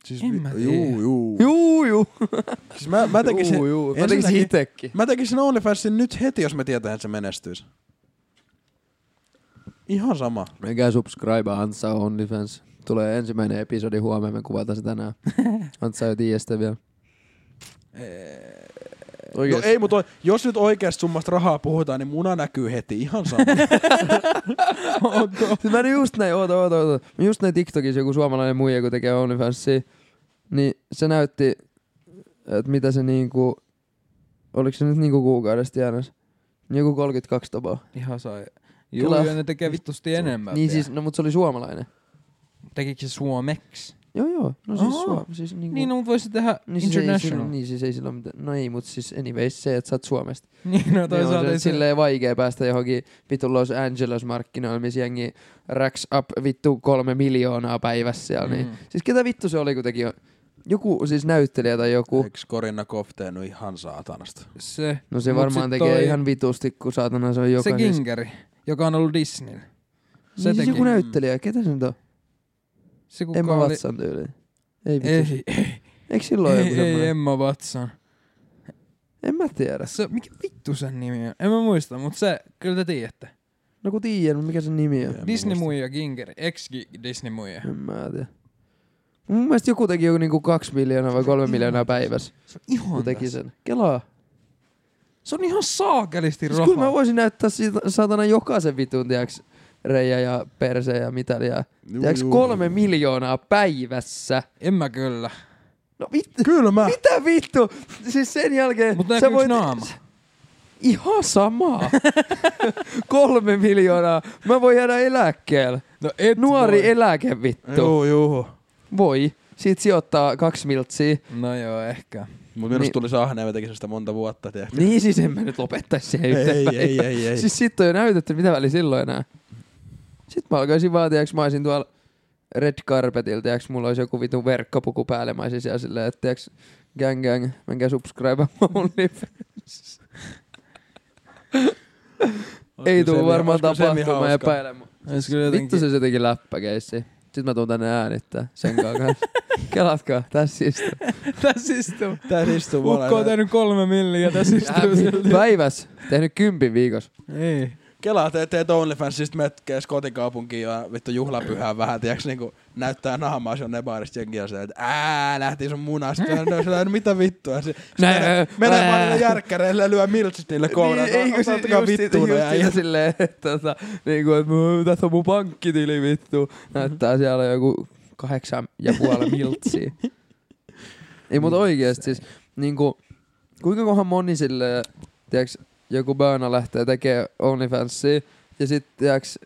Speaker 3: Siis,
Speaker 1: En mä tiedä.
Speaker 3: juu, juu.
Speaker 2: Juu, juu.
Speaker 3: Siis mä, mä tekisin,
Speaker 2: juu, juu. Mä tekisin
Speaker 3: ensinnäkin-
Speaker 2: itekin.
Speaker 3: Mä tekisin OnlyFansin nyt heti, jos mä tietäisin, että se menestyisi. Ihan sama. No
Speaker 2: Menkää subscribe Antsa OnlyFans. Tulee ensimmäinen episodi huomenna, me kuvataan se tänään. Antsa ei tiedä sitä vielä.
Speaker 3: No
Speaker 2: Oikeesti.
Speaker 3: ei, mutta jos nyt oikeasta summasta rahaa puhutaan, niin muna näkyy heti. Ihan sama.
Speaker 2: Siis mä nyt just näin, oota, oota, oota. Mä just näin TikTokissa joku suomalainen muija, kun tekee OnlyFansia, niin se näytti, että mitä se niinku, oliko se nyt niinku kuukaudesta tienasi? Joku 32 tapaa.
Speaker 1: Ihan sai. Juu,
Speaker 2: Juu, Kela.
Speaker 1: ja
Speaker 2: ja
Speaker 1: ne tekee vittusti enemmän.
Speaker 2: Niin siis, no mut se oli suomalainen.
Speaker 1: Tekikö se suomeksi?
Speaker 2: Joo joo, no siis
Speaker 1: Oho.
Speaker 2: suom, siis niinku.
Speaker 1: Niin, no, mutta voisi tehdä
Speaker 2: niin siis ei, sillä,
Speaker 1: international.
Speaker 2: niin siis ei sillä ole mitään, no ei, mut siis anyways se, että sä oot Suomesta.
Speaker 1: Niin, no
Speaker 2: Niin on
Speaker 1: toisaalta
Speaker 2: se
Speaker 1: ei sille...
Speaker 2: silleen vaikea päästä johonkin vittu Los Angeles markkinoille, missä jengi racks up vittu kolme miljoonaa päivässä siellä. Niin.
Speaker 1: Mm.
Speaker 2: Siis ketä vittu se oli, kun teki joku siis näyttelijä tai joku.
Speaker 3: Eikö Korinna Koff tehnyt ihan saatanasta?
Speaker 1: se,
Speaker 2: No se
Speaker 1: Mut
Speaker 2: varmaan
Speaker 1: sit
Speaker 2: tekee
Speaker 1: toi-
Speaker 2: ihan vitusti, kun saatana se on
Speaker 1: se
Speaker 2: jokainen.
Speaker 1: Gingeri, joka on ollut Disney.
Speaker 2: se siis- niin, siis joku
Speaker 1: teki-
Speaker 2: näyttelijä, ketä se nyt on?
Speaker 1: Se kuka
Speaker 2: Emma
Speaker 1: oli...
Speaker 2: Watson tyyliin. Ei vittu. Ei,
Speaker 1: Ei, ei,
Speaker 2: Eikö silloin ei, joku
Speaker 1: ei,
Speaker 2: semmoinen?
Speaker 1: ei,
Speaker 2: Ei,
Speaker 1: Emma Watson.
Speaker 2: En mä tiedä.
Speaker 1: Se, mikä vittu sen nimi on? En mä muista, mutta se, kyllä te tiedätte.
Speaker 2: No kun tiedän, mikä sen nimi on.
Speaker 3: En mä muista.
Speaker 1: Disney-muija Gingeri, ex-Disney-muija.
Speaker 2: En mä tiedä. Mun mielestä joku teki joku niinku kaksi miljoonaa vai kolme miljoonaa päivässä,
Speaker 1: Se on ihan
Speaker 2: kun teki sen. Kelaa.
Speaker 1: Se on ihan saakelisti
Speaker 2: Siis kyllä
Speaker 1: rahaa.
Speaker 2: mä voisin näyttää siitä, saatana jokaisen vitun, tiiäks, reijä ja perse ja mitä liian.
Speaker 3: Juu,
Speaker 2: Tiiäks,
Speaker 3: juu.
Speaker 2: kolme miljoonaa päivässä.
Speaker 1: En mä kyllä.
Speaker 2: No vittu,
Speaker 3: Kyllä mä.
Speaker 2: mitä vittu? Siis sen jälkeen...
Speaker 1: Mut
Speaker 2: sä
Speaker 1: näkyykö
Speaker 2: voit-
Speaker 1: naama?
Speaker 2: Ihan sama. Kolme miljoonaa. Mä voin jäädä eläkkeelle.
Speaker 1: No et
Speaker 2: Nuori
Speaker 1: voi.
Speaker 2: eläke vittu.
Speaker 3: Joo, joo.
Speaker 2: Voi. Siitä sijoittaa kaksi miltsiä.
Speaker 1: No joo, ehkä.
Speaker 3: Mut minusta
Speaker 2: Niin.
Speaker 3: tuli se ahne, mä tekisin sitä monta vuotta, tiedätkö?
Speaker 2: Niin siis en mä nyt lopettaisi siihen yhteen
Speaker 3: Ei,
Speaker 2: päivään.
Speaker 3: ei, ei, ei.
Speaker 2: Siis sit on jo näytetty, mitä väli silloin enää. Sitten mä alkaisin vaan, tiiäks, mä olisin tuolla red carpetilla, tiiäks, mulla olisi joku vitun verkkopuku päälle, mä olisin siellä silleen, että tiiäks, gang gang, menkää subscribe OnlyFans. ei
Speaker 3: Olisiko se
Speaker 2: tule
Speaker 3: vielä-
Speaker 2: varmaan
Speaker 3: olisiko se vielä
Speaker 2: tapahtumaan, mä
Speaker 3: hauska?
Speaker 2: epäilen. mut-
Speaker 1: Olis kyllä jotenkin...
Speaker 2: Vittu se olisi Siis jotenkin läppäkeissi. Sitten mä tuun tänne äänittää sen kanssa. Kelatkaa, tässä istuu.
Speaker 1: Tässä istuu.
Speaker 3: Tää istuu
Speaker 1: Ukko on tehnyt kolme milliä, tässä istuu Niin. silti.
Speaker 2: Päiväs, tehnyt kympin viikossa.
Speaker 1: Ei.
Speaker 2: Siis
Speaker 3: Kelaa, te teet OnlyFansista, menet kees kotikaupunkiin ja vittu juhlapyhään vähän, tiiäks, niinku näyttää naamaa jonne baarista jengiä ja se, että ää, lähti sun munasta. Ja ne on sillä, no mitä vittua. Se,
Speaker 2: Nää,
Speaker 3: menee,
Speaker 2: ää,
Speaker 3: menee
Speaker 2: ää.
Speaker 3: vaan niille järkkäreille ja lyö miltsit niille kouluun.
Speaker 2: Niin, eikö se just
Speaker 3: vittu
Speaker 2: vittu just
Speaker 3: ja
Speaker 2: sitä silleen, että tota, niinku, et, muu, tässä on mun pankkitili vittu. Näyttää siellä joku kahdeksan ja puoli miltsiä. Ei, mutta oikeesti siis, niinku, kuinka kohan moni silleen, tiiäks, joku Böna lähtee tekemään OnlyFansia, ja sit, tiiäks,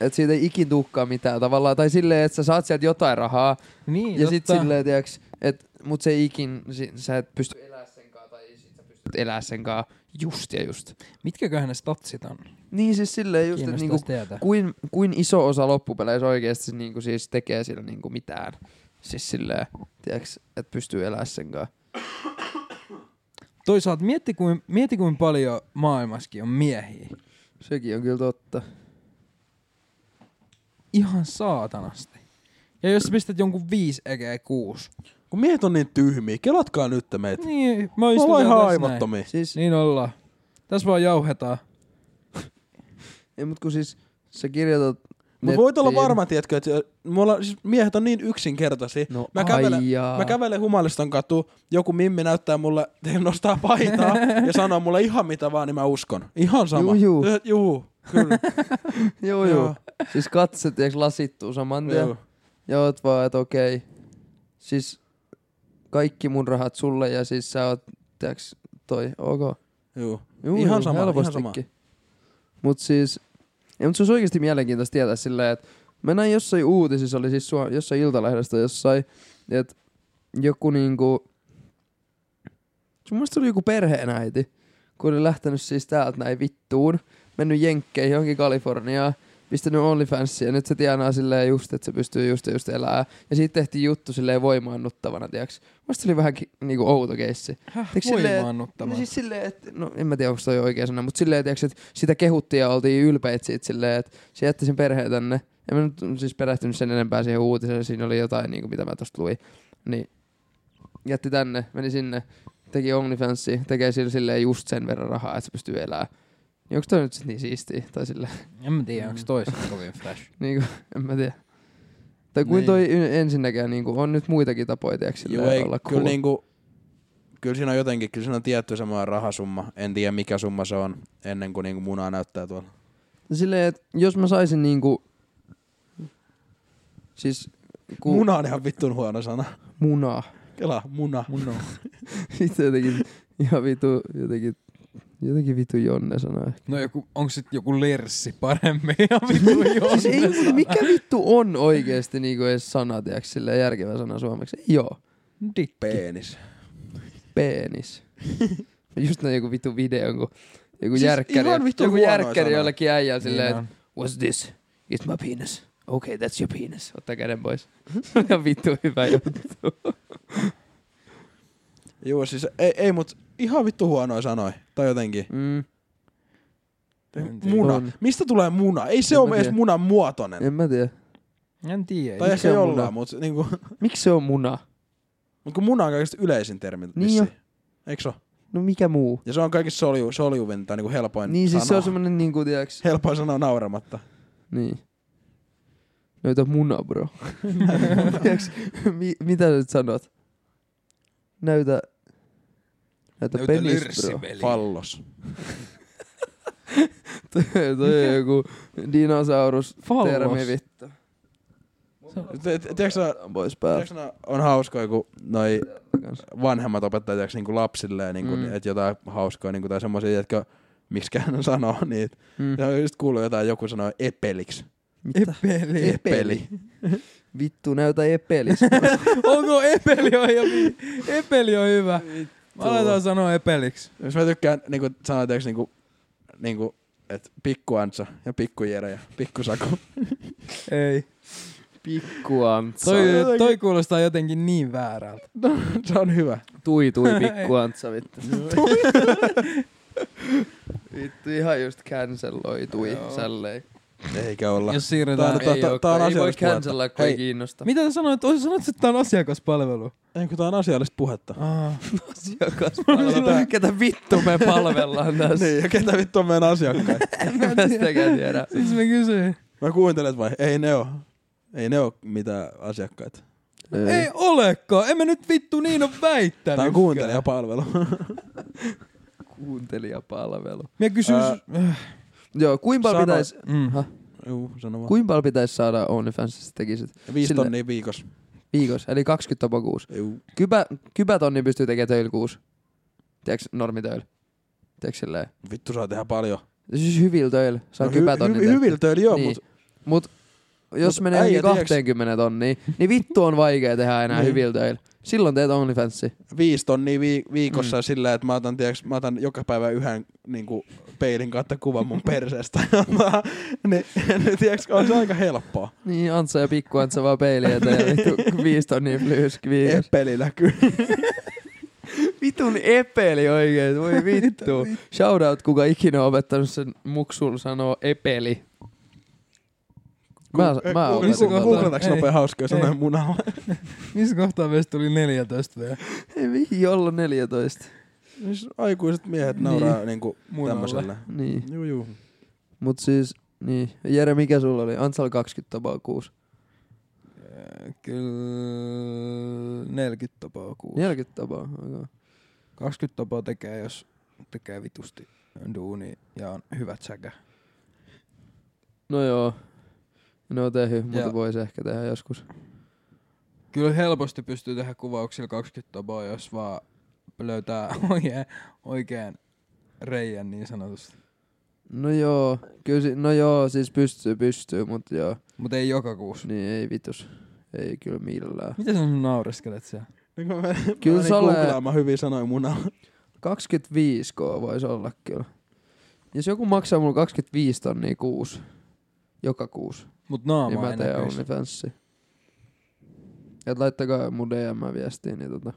Speaker 2: että siitä ei ikin tukkaa mitään tavallaan, tai silleen, että sä saat sieltä jotain rahaa,
Speaker 1: Niin,
Speaker 2: ja sit silleen, tiiäks, et, mut se ei ikin, si- sä et pysty elää senkaan, tai sit sä pystyt elää senkaan just ja just.
Speaker 1: Mitkäköhän ne statsit on?
Speaker 2: Niin siis silleen just, että
Speaker 1: Kiinnostaisi
Speaker 2: niinku,
Speaker 1: tietää.
Speaker 2: kuin, kuin iso osa loppupeleissä oikeasti niinku siis tekee sillä niinku mitään. Siis silleen, tiiäks, että pystyy elää senkaan.
Speaker 1: Toisaalta mietti kuin, mietti kuin paljon maailmassakin on miehiä.
Speaker 2: Sekin on kyllä totta.
Speaker 1: Ihan saatanasti. Ja jos sä pistät jonkun viisi ekeä kuusi,
Speaker 3: Kun miehet on niin tyhmiä, kelatkaa nyt te meitä.
Speaker 1: Niin, mä
Speaker 3: Me
Speaker 1: istutaan
Speaker 3: ollaan ihan
Speaker 1: tässä näin.
Speaker 3: aivottomia.
Speaker 2: Siis,
Speaker 1: Niin ollaan. Tässä vaan jauhetaan.
Speaker 2: ei, mut kun siis sä kirjoitat
Speaker 3: Mutta voit olla
Speaker 2: nettiin-
Speaker 3: varma, tiedätkö, että me ollaan, siis miehet on niin yksinkertaisia.
Speaker 2: No
Speaker 3: Mä kävelen-
Speaker 2: aijaa.
Speaker 3: Mä kävelen humaliston katu, joku mimmi näyttää mulle, nostaa paitaa ja sanoo mulle ihan mitä vaan, niin mä uskon. Ihan sama.
Speaker 2: Juu, juu.
Speaker 3: Ö, juu. Kyllä.
Speaker 2: Joo, joo.
Speaker 3: Joo.
Speaker 2: Siis katse, tiiäks, lasittuu saman tien.
Speaker 3: Joo.
Speaker 2: Ja oot vaan, että okei. Siis kaikki mun rahat sulle ja siis sä oot, tiiäks, toi, ok.
Speaker 3: Juu.
Speaker 2: Juu,
Speaker 3: Ihan
Speaker 2: juu,
Speaker 3: sama, ihan
Speaker 2: helpostikin. Mut siis, ei, mut se olisi oikeasti mielenkiintoista tietää silleen, että mä näin jossain uutisissa, oli siis sua, jossain Iltalehdestä jossain, että joku niinku, sun mielestä oli joku perheenäiti, kun oli lähtenyt siis täältä näin vittuun, mennyt jenkkeihin johonkin Kaliforniaan, pistänyt OnlyFansia ja nyt se tienaa silleen just, että se pystyy just ja just elää. Ja siitä tehtiin juttu silleen voimaannuttavana, tiiäks. Musta se oli vähän ki- niinku outo keissi.
Speaker 1: Häh,
Speaker 2: Eikö silleen-
Speaker 1: voimaannuttavaa.
Speaker 2: No siis silleen, että, no en mä tiedä, onko toi oikea sana, mutta silleen, tiiäks, että sitä kehuttiin ja oltiin ylpeitä siitä silleen, että se jätti sen perheen tänne. En mä nyt siis perehtynyt sen enempää siihen uutiseen, siinä oli jotain, niin kuin mitä mä tosta luin. Niin jätti tänne, meni sinne, teki OnlyFansia, tekee sillä silleen just sen verran rahaa, että se pystyy elämään. Niin onko toi nyt sit niin siistiä? Tai sille,
Speaker 1: En mä tiedä, onko toista kovin fresh.
Speaker 2: niin kuin, en mä tiedä. Tai kuin
Speaker 1: Niin.
Speaker 2: toi y- ensinnäkään, niin kuin, on nyt muitakin tapoja, tiiäks,
Speaker 3: Joo,
Speaker 2: silleen
Speaker 3: ei,
Speaker 2: olla
Speaker 3: kyllä,
Speaker 2: cool.
Speaker 3: niinku, kyllä siinä on jotenkin, kyllä siinä on tietty semmoinen rahasumma. En tiedä mikä summa se on ennen kuin niinku munaa näyttää tuolla.
Speaker 2: Silleen, että jos mä saisin niinku... Siis... Ku...
Speaker 3: Muna on ihan vittun huono sana.
Speaker 2: Muna.
Speaker 3: Kela, muna.
Speaker 1: Mun on.
Speaker 2: Itse jotenkin ihan vitu... Jotenkin, jotenkin vitu Jonne sanoi.
Speaker 1: No joku, onks sit joku lerssi paremmin? Ja vittu
Speaker 2: Siis ei,
Speaker 1: Jonne
Speaker 2: mutta
Speaker 1: sana.
Speaker 2: mikä vittu on oikeesti niinku edes sana, tiiäks, silleen järkevä sana suomeksi? Ei oo.
Speaker 1: Dick.
Speaker 3: Peenis.
Speaker 2: Penis. Just näin joku vitu videon, kun joku
Speaker 3: Siis
Speaker 2: järkkäri,
Speaker 3: ihan vittu
Speaker 2: joku
Speaker 3: huonoa
Speaker 2: järkkäri
Speaker 3: sanaa.
Speaker 2: jollekin äijällä silleen,
Speaker 1: Niin on.
Speaker 2: What's this? It's my penis. Okay, that's your penis. Ottaa käden pois. Se on ihan vittu hyvä juttu.
Speaker 3: Joo, siis ei, ei mut ihan vittu huonoja sanoi. Tai jotenkin.
Speaker 2: Mm,
Speaker 1: En tiedä.
Speaker 3: Muna.
Speaker 2: On.
Speaker 3: Mistä tulee muna? Ei se
Speaker 2: En
Speaker 3: ole
Speaker 2: mä
Speaker 3: edes
Speaker 2: tiedä.
Speaker 3: munan muotoinen.
Speaker 2: en mä tiedä.
Speaker 1: En tiedä.
Speaker 3: tai
Speaker 2: miksi
Speaker 3: ehkä
Speaker 2: se on muna?
Speaker 3: jollain, mutta niinku,
Speaker 2: Miksi se on muna?
Speaker 3: mut kun muna on kaikista yleisin termi.
Speaker 2: Niin
Speaker 3: Niin
Speaker 2: jo.
Speaker 3: Eikö se ole?
Speaker 2: No mikä muu?
Speaker 3: Ja se on kaikista solju, soljuvin tai niinku helpoin
Speaker 2: Niin siis se
Speaker 3: sanoa.
Speaker 2: on semmonen niinku, tiiäks,
Speaker 3: Helpoin sanoa nauramatta.
Speaker 2: niin. Noita muna, bro. tiiäks, mi- mitä sä nyt sanot? Näytä, näytä,
Speaker 1: Näytä
Speaker 2: penis,
Speaker 1: lyrsi,
Speaker 2: bro.
Speaker 1: veli.
Speaker 3: Pallos.
Speaker 2: Toi on joku dinosaurus termi
Speaker 1: Fallos.
Speaker 2: vittu.
Speaker 3: Tiedätkö sä-
Speaker 2: Otetaan pois päältä.
Speaker 3: tiedätkö nää on hauskoja, kun noi
Speaker 2: kanssa.
Speaker 3: vanhemmat opettaa tiedätkö, niinku lapsilleen, niinku,
Speaker 2: Mm.
Speaker 3: mm. että jotain hauskoja niinku, tai semmoisia, jotka miksikään ne sanoo niitä.
Speaker 2: Mm.
Speaker 3: Ja niin just kuullut jotain, joku sanoo epeliksi.
Speaker 2: Mitä?
Speaker 1: Epeli.
Speaker 2: Epeli. Vittu, näytä epelis.
Speaker 1: Onko Epeli on hyvä? Epeli on hyvä. Mä aletaan sanoa Epeliksi.
Speaker 3: Jos mä tykkään niinku, sanoa, tiedätkö, niinku, niinku, että pikku Antsa ja pikku Jere ja pikku Saku.
Speaker 1: Ei.
Speaker 2: Pikku Antsa.
Speaker 1: Toi,
Speaker 3: jotenkin-
Speaker 1: toi kuulostaa jotenkin niin väärältä.
Speaker 3: Se on hyvä.
Speaker 2: Tui tui pikku Antsa vittu. vittu ihan just canceloitui
Speaker 1: Joo.
Speaker 2: sällei.
Speaker 3: Eikä olla.
Speaker 1: Jos
Speaker 3: Tää
Speaker 1: siirrytään.
Speaker 3: on- Ei oo, tää on
Speaker 2: ei voi
Speaker 3: asiallispuolelta.
Speaker 2: cancella, kun ei
Speaker 3: Ei.
Speaker 2: kiinnosta.
Speaker 1: Mitä sä sanoit? Ois sanoit, että tää on asiakaspalvelu.
Speaker 3: Ei, kun tää on asiallista puhetta.
Speaker 1: Aa.
Speaker 2: Asiakaspalvelu. Ketä vittu me palvellaan tässä?
Speaker 3: niin, ja ketä vittu on meidän asiakkaita?
Speaker 2: En mä sitäkään tiedä.
Speaker 1: Siis mä kysyin.
Speaker 3: Mä kuuntelet vai? Ei ne oo. Ei ne oo mitään asiakkaita.
Speaker 1: Ei olekaan. En mä nyt vittu niin on väittänyt.
Speaker 3: Tää on kuuntelijapalvelu.
Speaker 2: Kuuntelijapalvelu.
Speaker 1: Mä kysyin. Äh.
Speaker 2: Joo, kuinka
Speaker 3: Sano-
Speaker 2: paljon pitäis...
Speaker 1: Mm.
Speaker 2: Aha.
Speaker 3: Juu, sano vaan.
Speaker 2: Kuinka paljon pitäis saada OnlyFansista tekisit
Speaker 3: Viisi
Speaker 2: Sille-
Speaker 3: tonnia niin viikossa.
Speaker 2: viikossa? Eli 20 tapa kuusi.
Speaker 3: Juu.
Speaker 2: Kypä, kypä tonni pystyy tekemään töillä kuusi. Tiedätkö, normitöillä. Tiedätkö silleen?
Speaker 3: Vittu saa tehdä paljon.
Speaker 2: Siis hyvillä töillä. Saa no, kypä tonni
Speaker 3: hy- hyvillä töillä, joo,
Speaker 2: Niin.
Speaker 3: niin. mutta
Speaker 2: Mut jos
Speaker 3: Mut
Speaker 2: menee
Speaker 3: äijä,
Speaker 2: johonkin
Speaker 3: tiiäks-
Speaker 2: 20 tonnia, niin vittu on vaikea tehdä enää
Speaker 3: Niin.
Speaker 2: hyvillä töillä. Silloin teet OnlyFansi.
Speaker 3: viisi tonnia viik- viikossa
Speaker 2: Mm.
Speaker 3: mm. sillä, että mä otan, tiiäks, mä otan joka päivä yhden niin kuin, peilin kautta kuvan mun perseestä. niin, niin tiiäks, on se aika helppoa.
Speaker 2: Niin, Antsa ja pikku Antsa vaan peili eteen ja vittu viisi tonnia flysk viikossa.
Speaker 3: Eppelillä kyllä.
Speaker 2: Vitun epeli oikein, voi vittu. Shoutout, kuka ikinä on opettanut sen muksul sanoa epeli. Mä,
Speaker 3: Ei,
Speaker 2: mä tuota.
Speaker 3: Google-
Speaker 1: opetin.
Speaker 2: opetin.
Speaker 1: Google-
Speaker 3: Googletaanko
Speaker 1: Ei.
Speaker 3: nopea hauskaa sanoja
Speaker 1: Ei.
Speaker 3: munalla?
Speaker 1: Missä kohtaa meistä tuli 14 vielä?
Speaker 2: Ei vihi olla 14.
Speaker 3: Siis aikuiset miehet nauraa niin. niinku
Speaker 1: Munalla.
Speaker 3: tämmöiselle.
Speaker 2: Niin.
Speaker 3: Juu, juu.
Speaker 2: Mut siis, niin. Jere, mikä sulla oli? Antsal 20 tapaa kuusi.
Speaker 1: Kyllä 40 tapaa kuusi.
Speaker 2: 40 tapaa. Okay.
Speaker 1: 20 tapaa tekee, jos tekee vitusti duuni ja on hyvät säkä.
Speaker 2: No joo. Ne on tehnyt, mutta
Speaker 1: Ja-
Speaker 2: voisi ehkä tehdä joskus.
Speaker 1: Kyllä helposti pystyy tehdä kuvauksilla 20 tapaa, jos vaan löytää oikein, oikean reijän niin sanotusti.
Speaker 2: No joo. Kyllä, si- no joo, siis pystyy, pystyy, mutta joo.
Speaker 1: Mutta ei joka kuusi.
Speaker 2: Niin ei vitus. Ei kyllä millään.
Speaker 1: Mitä sä sun naureskelet siellä?
Speaker 3: Niin kun mä,
Speaker 2: Kyllä
Speaker 3: mä
Speaker 2: sä olet-
Speaker 3: googlaamaan hyviä sanoja munalla.
Speaker 2: 25 k voisi olla kyllä. Jos joku maksaa mulle 25 tonnia kuusi, joka kuusi,
Speaker 1: Mut
Speaker 2: niin
Speaker 1: naama
Speaker 2: mä
Speaker 1: ei
Speaker 2: teen
Speaker 1: näkyisi.
Speaker 2: OnlyFansi. Et laittakaa mun DM-viestiin, niin tota,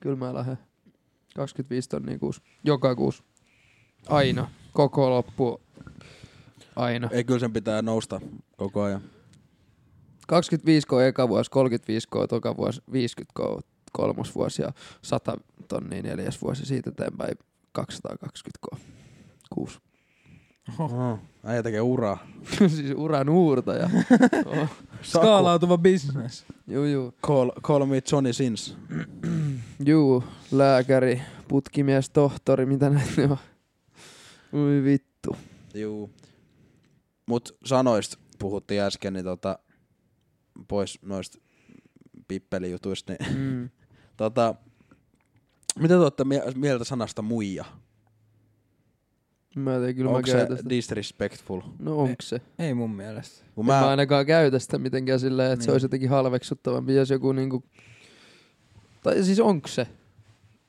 Speaker 2: kyllä mä lähden. 25 tonnia kuusi, joka kuusi. Aina, koko loppu. Aina.
Speaker 3: Ei, kyllä sen pitää nousta koko ajan.
Speaker 2: 25 k eka vuosi, 35 k toka vuosi, 50 k kolmos vuosi ja 100 tonnia neljäs vuosi siitä eteenpäin 220 k kuusi.
Speaker 3: Oho. Äijä tekee uraa.
Speaker 2: siis uran uurtaja. oh.
Speaker 1: Skaalautuva business.
Speaker 2: Juu, juu.
Speaker 3: Call, call me Johnny Sins.
Speaker 2: Juu, lääkäri, putkimies, tohtori, mitä näitä ne on. Ui vittu.
Speaker 3: Juu. Mut sanoista puhuttiin äsken, niin tota, pois noista pippelijutuista, niin
Speaker 2: Mm.
Speaker 3: tota, mitä te ootte mie- mieltä sanasta muija?
Speaker 2: Mä en tiedä, kyllä mä
Speaker 3: Onko se
Speaker 2: käytän sitä.
Speaker 3: disrespectful?
Speaker 2: No onks se?
Speaker 1: Ei mun mielestä.
Speaker 3: Kun
Speaker 2: Mä,
Speaker 3: mä,
Speaker 2: mä ainakaan käytä sitä mitenkään silleen, että niin. se
Speaker 3: Niin.
Speaker 2: olisi jotenkin halveksuttavampi, jos joku niinku... Tai siis onks se?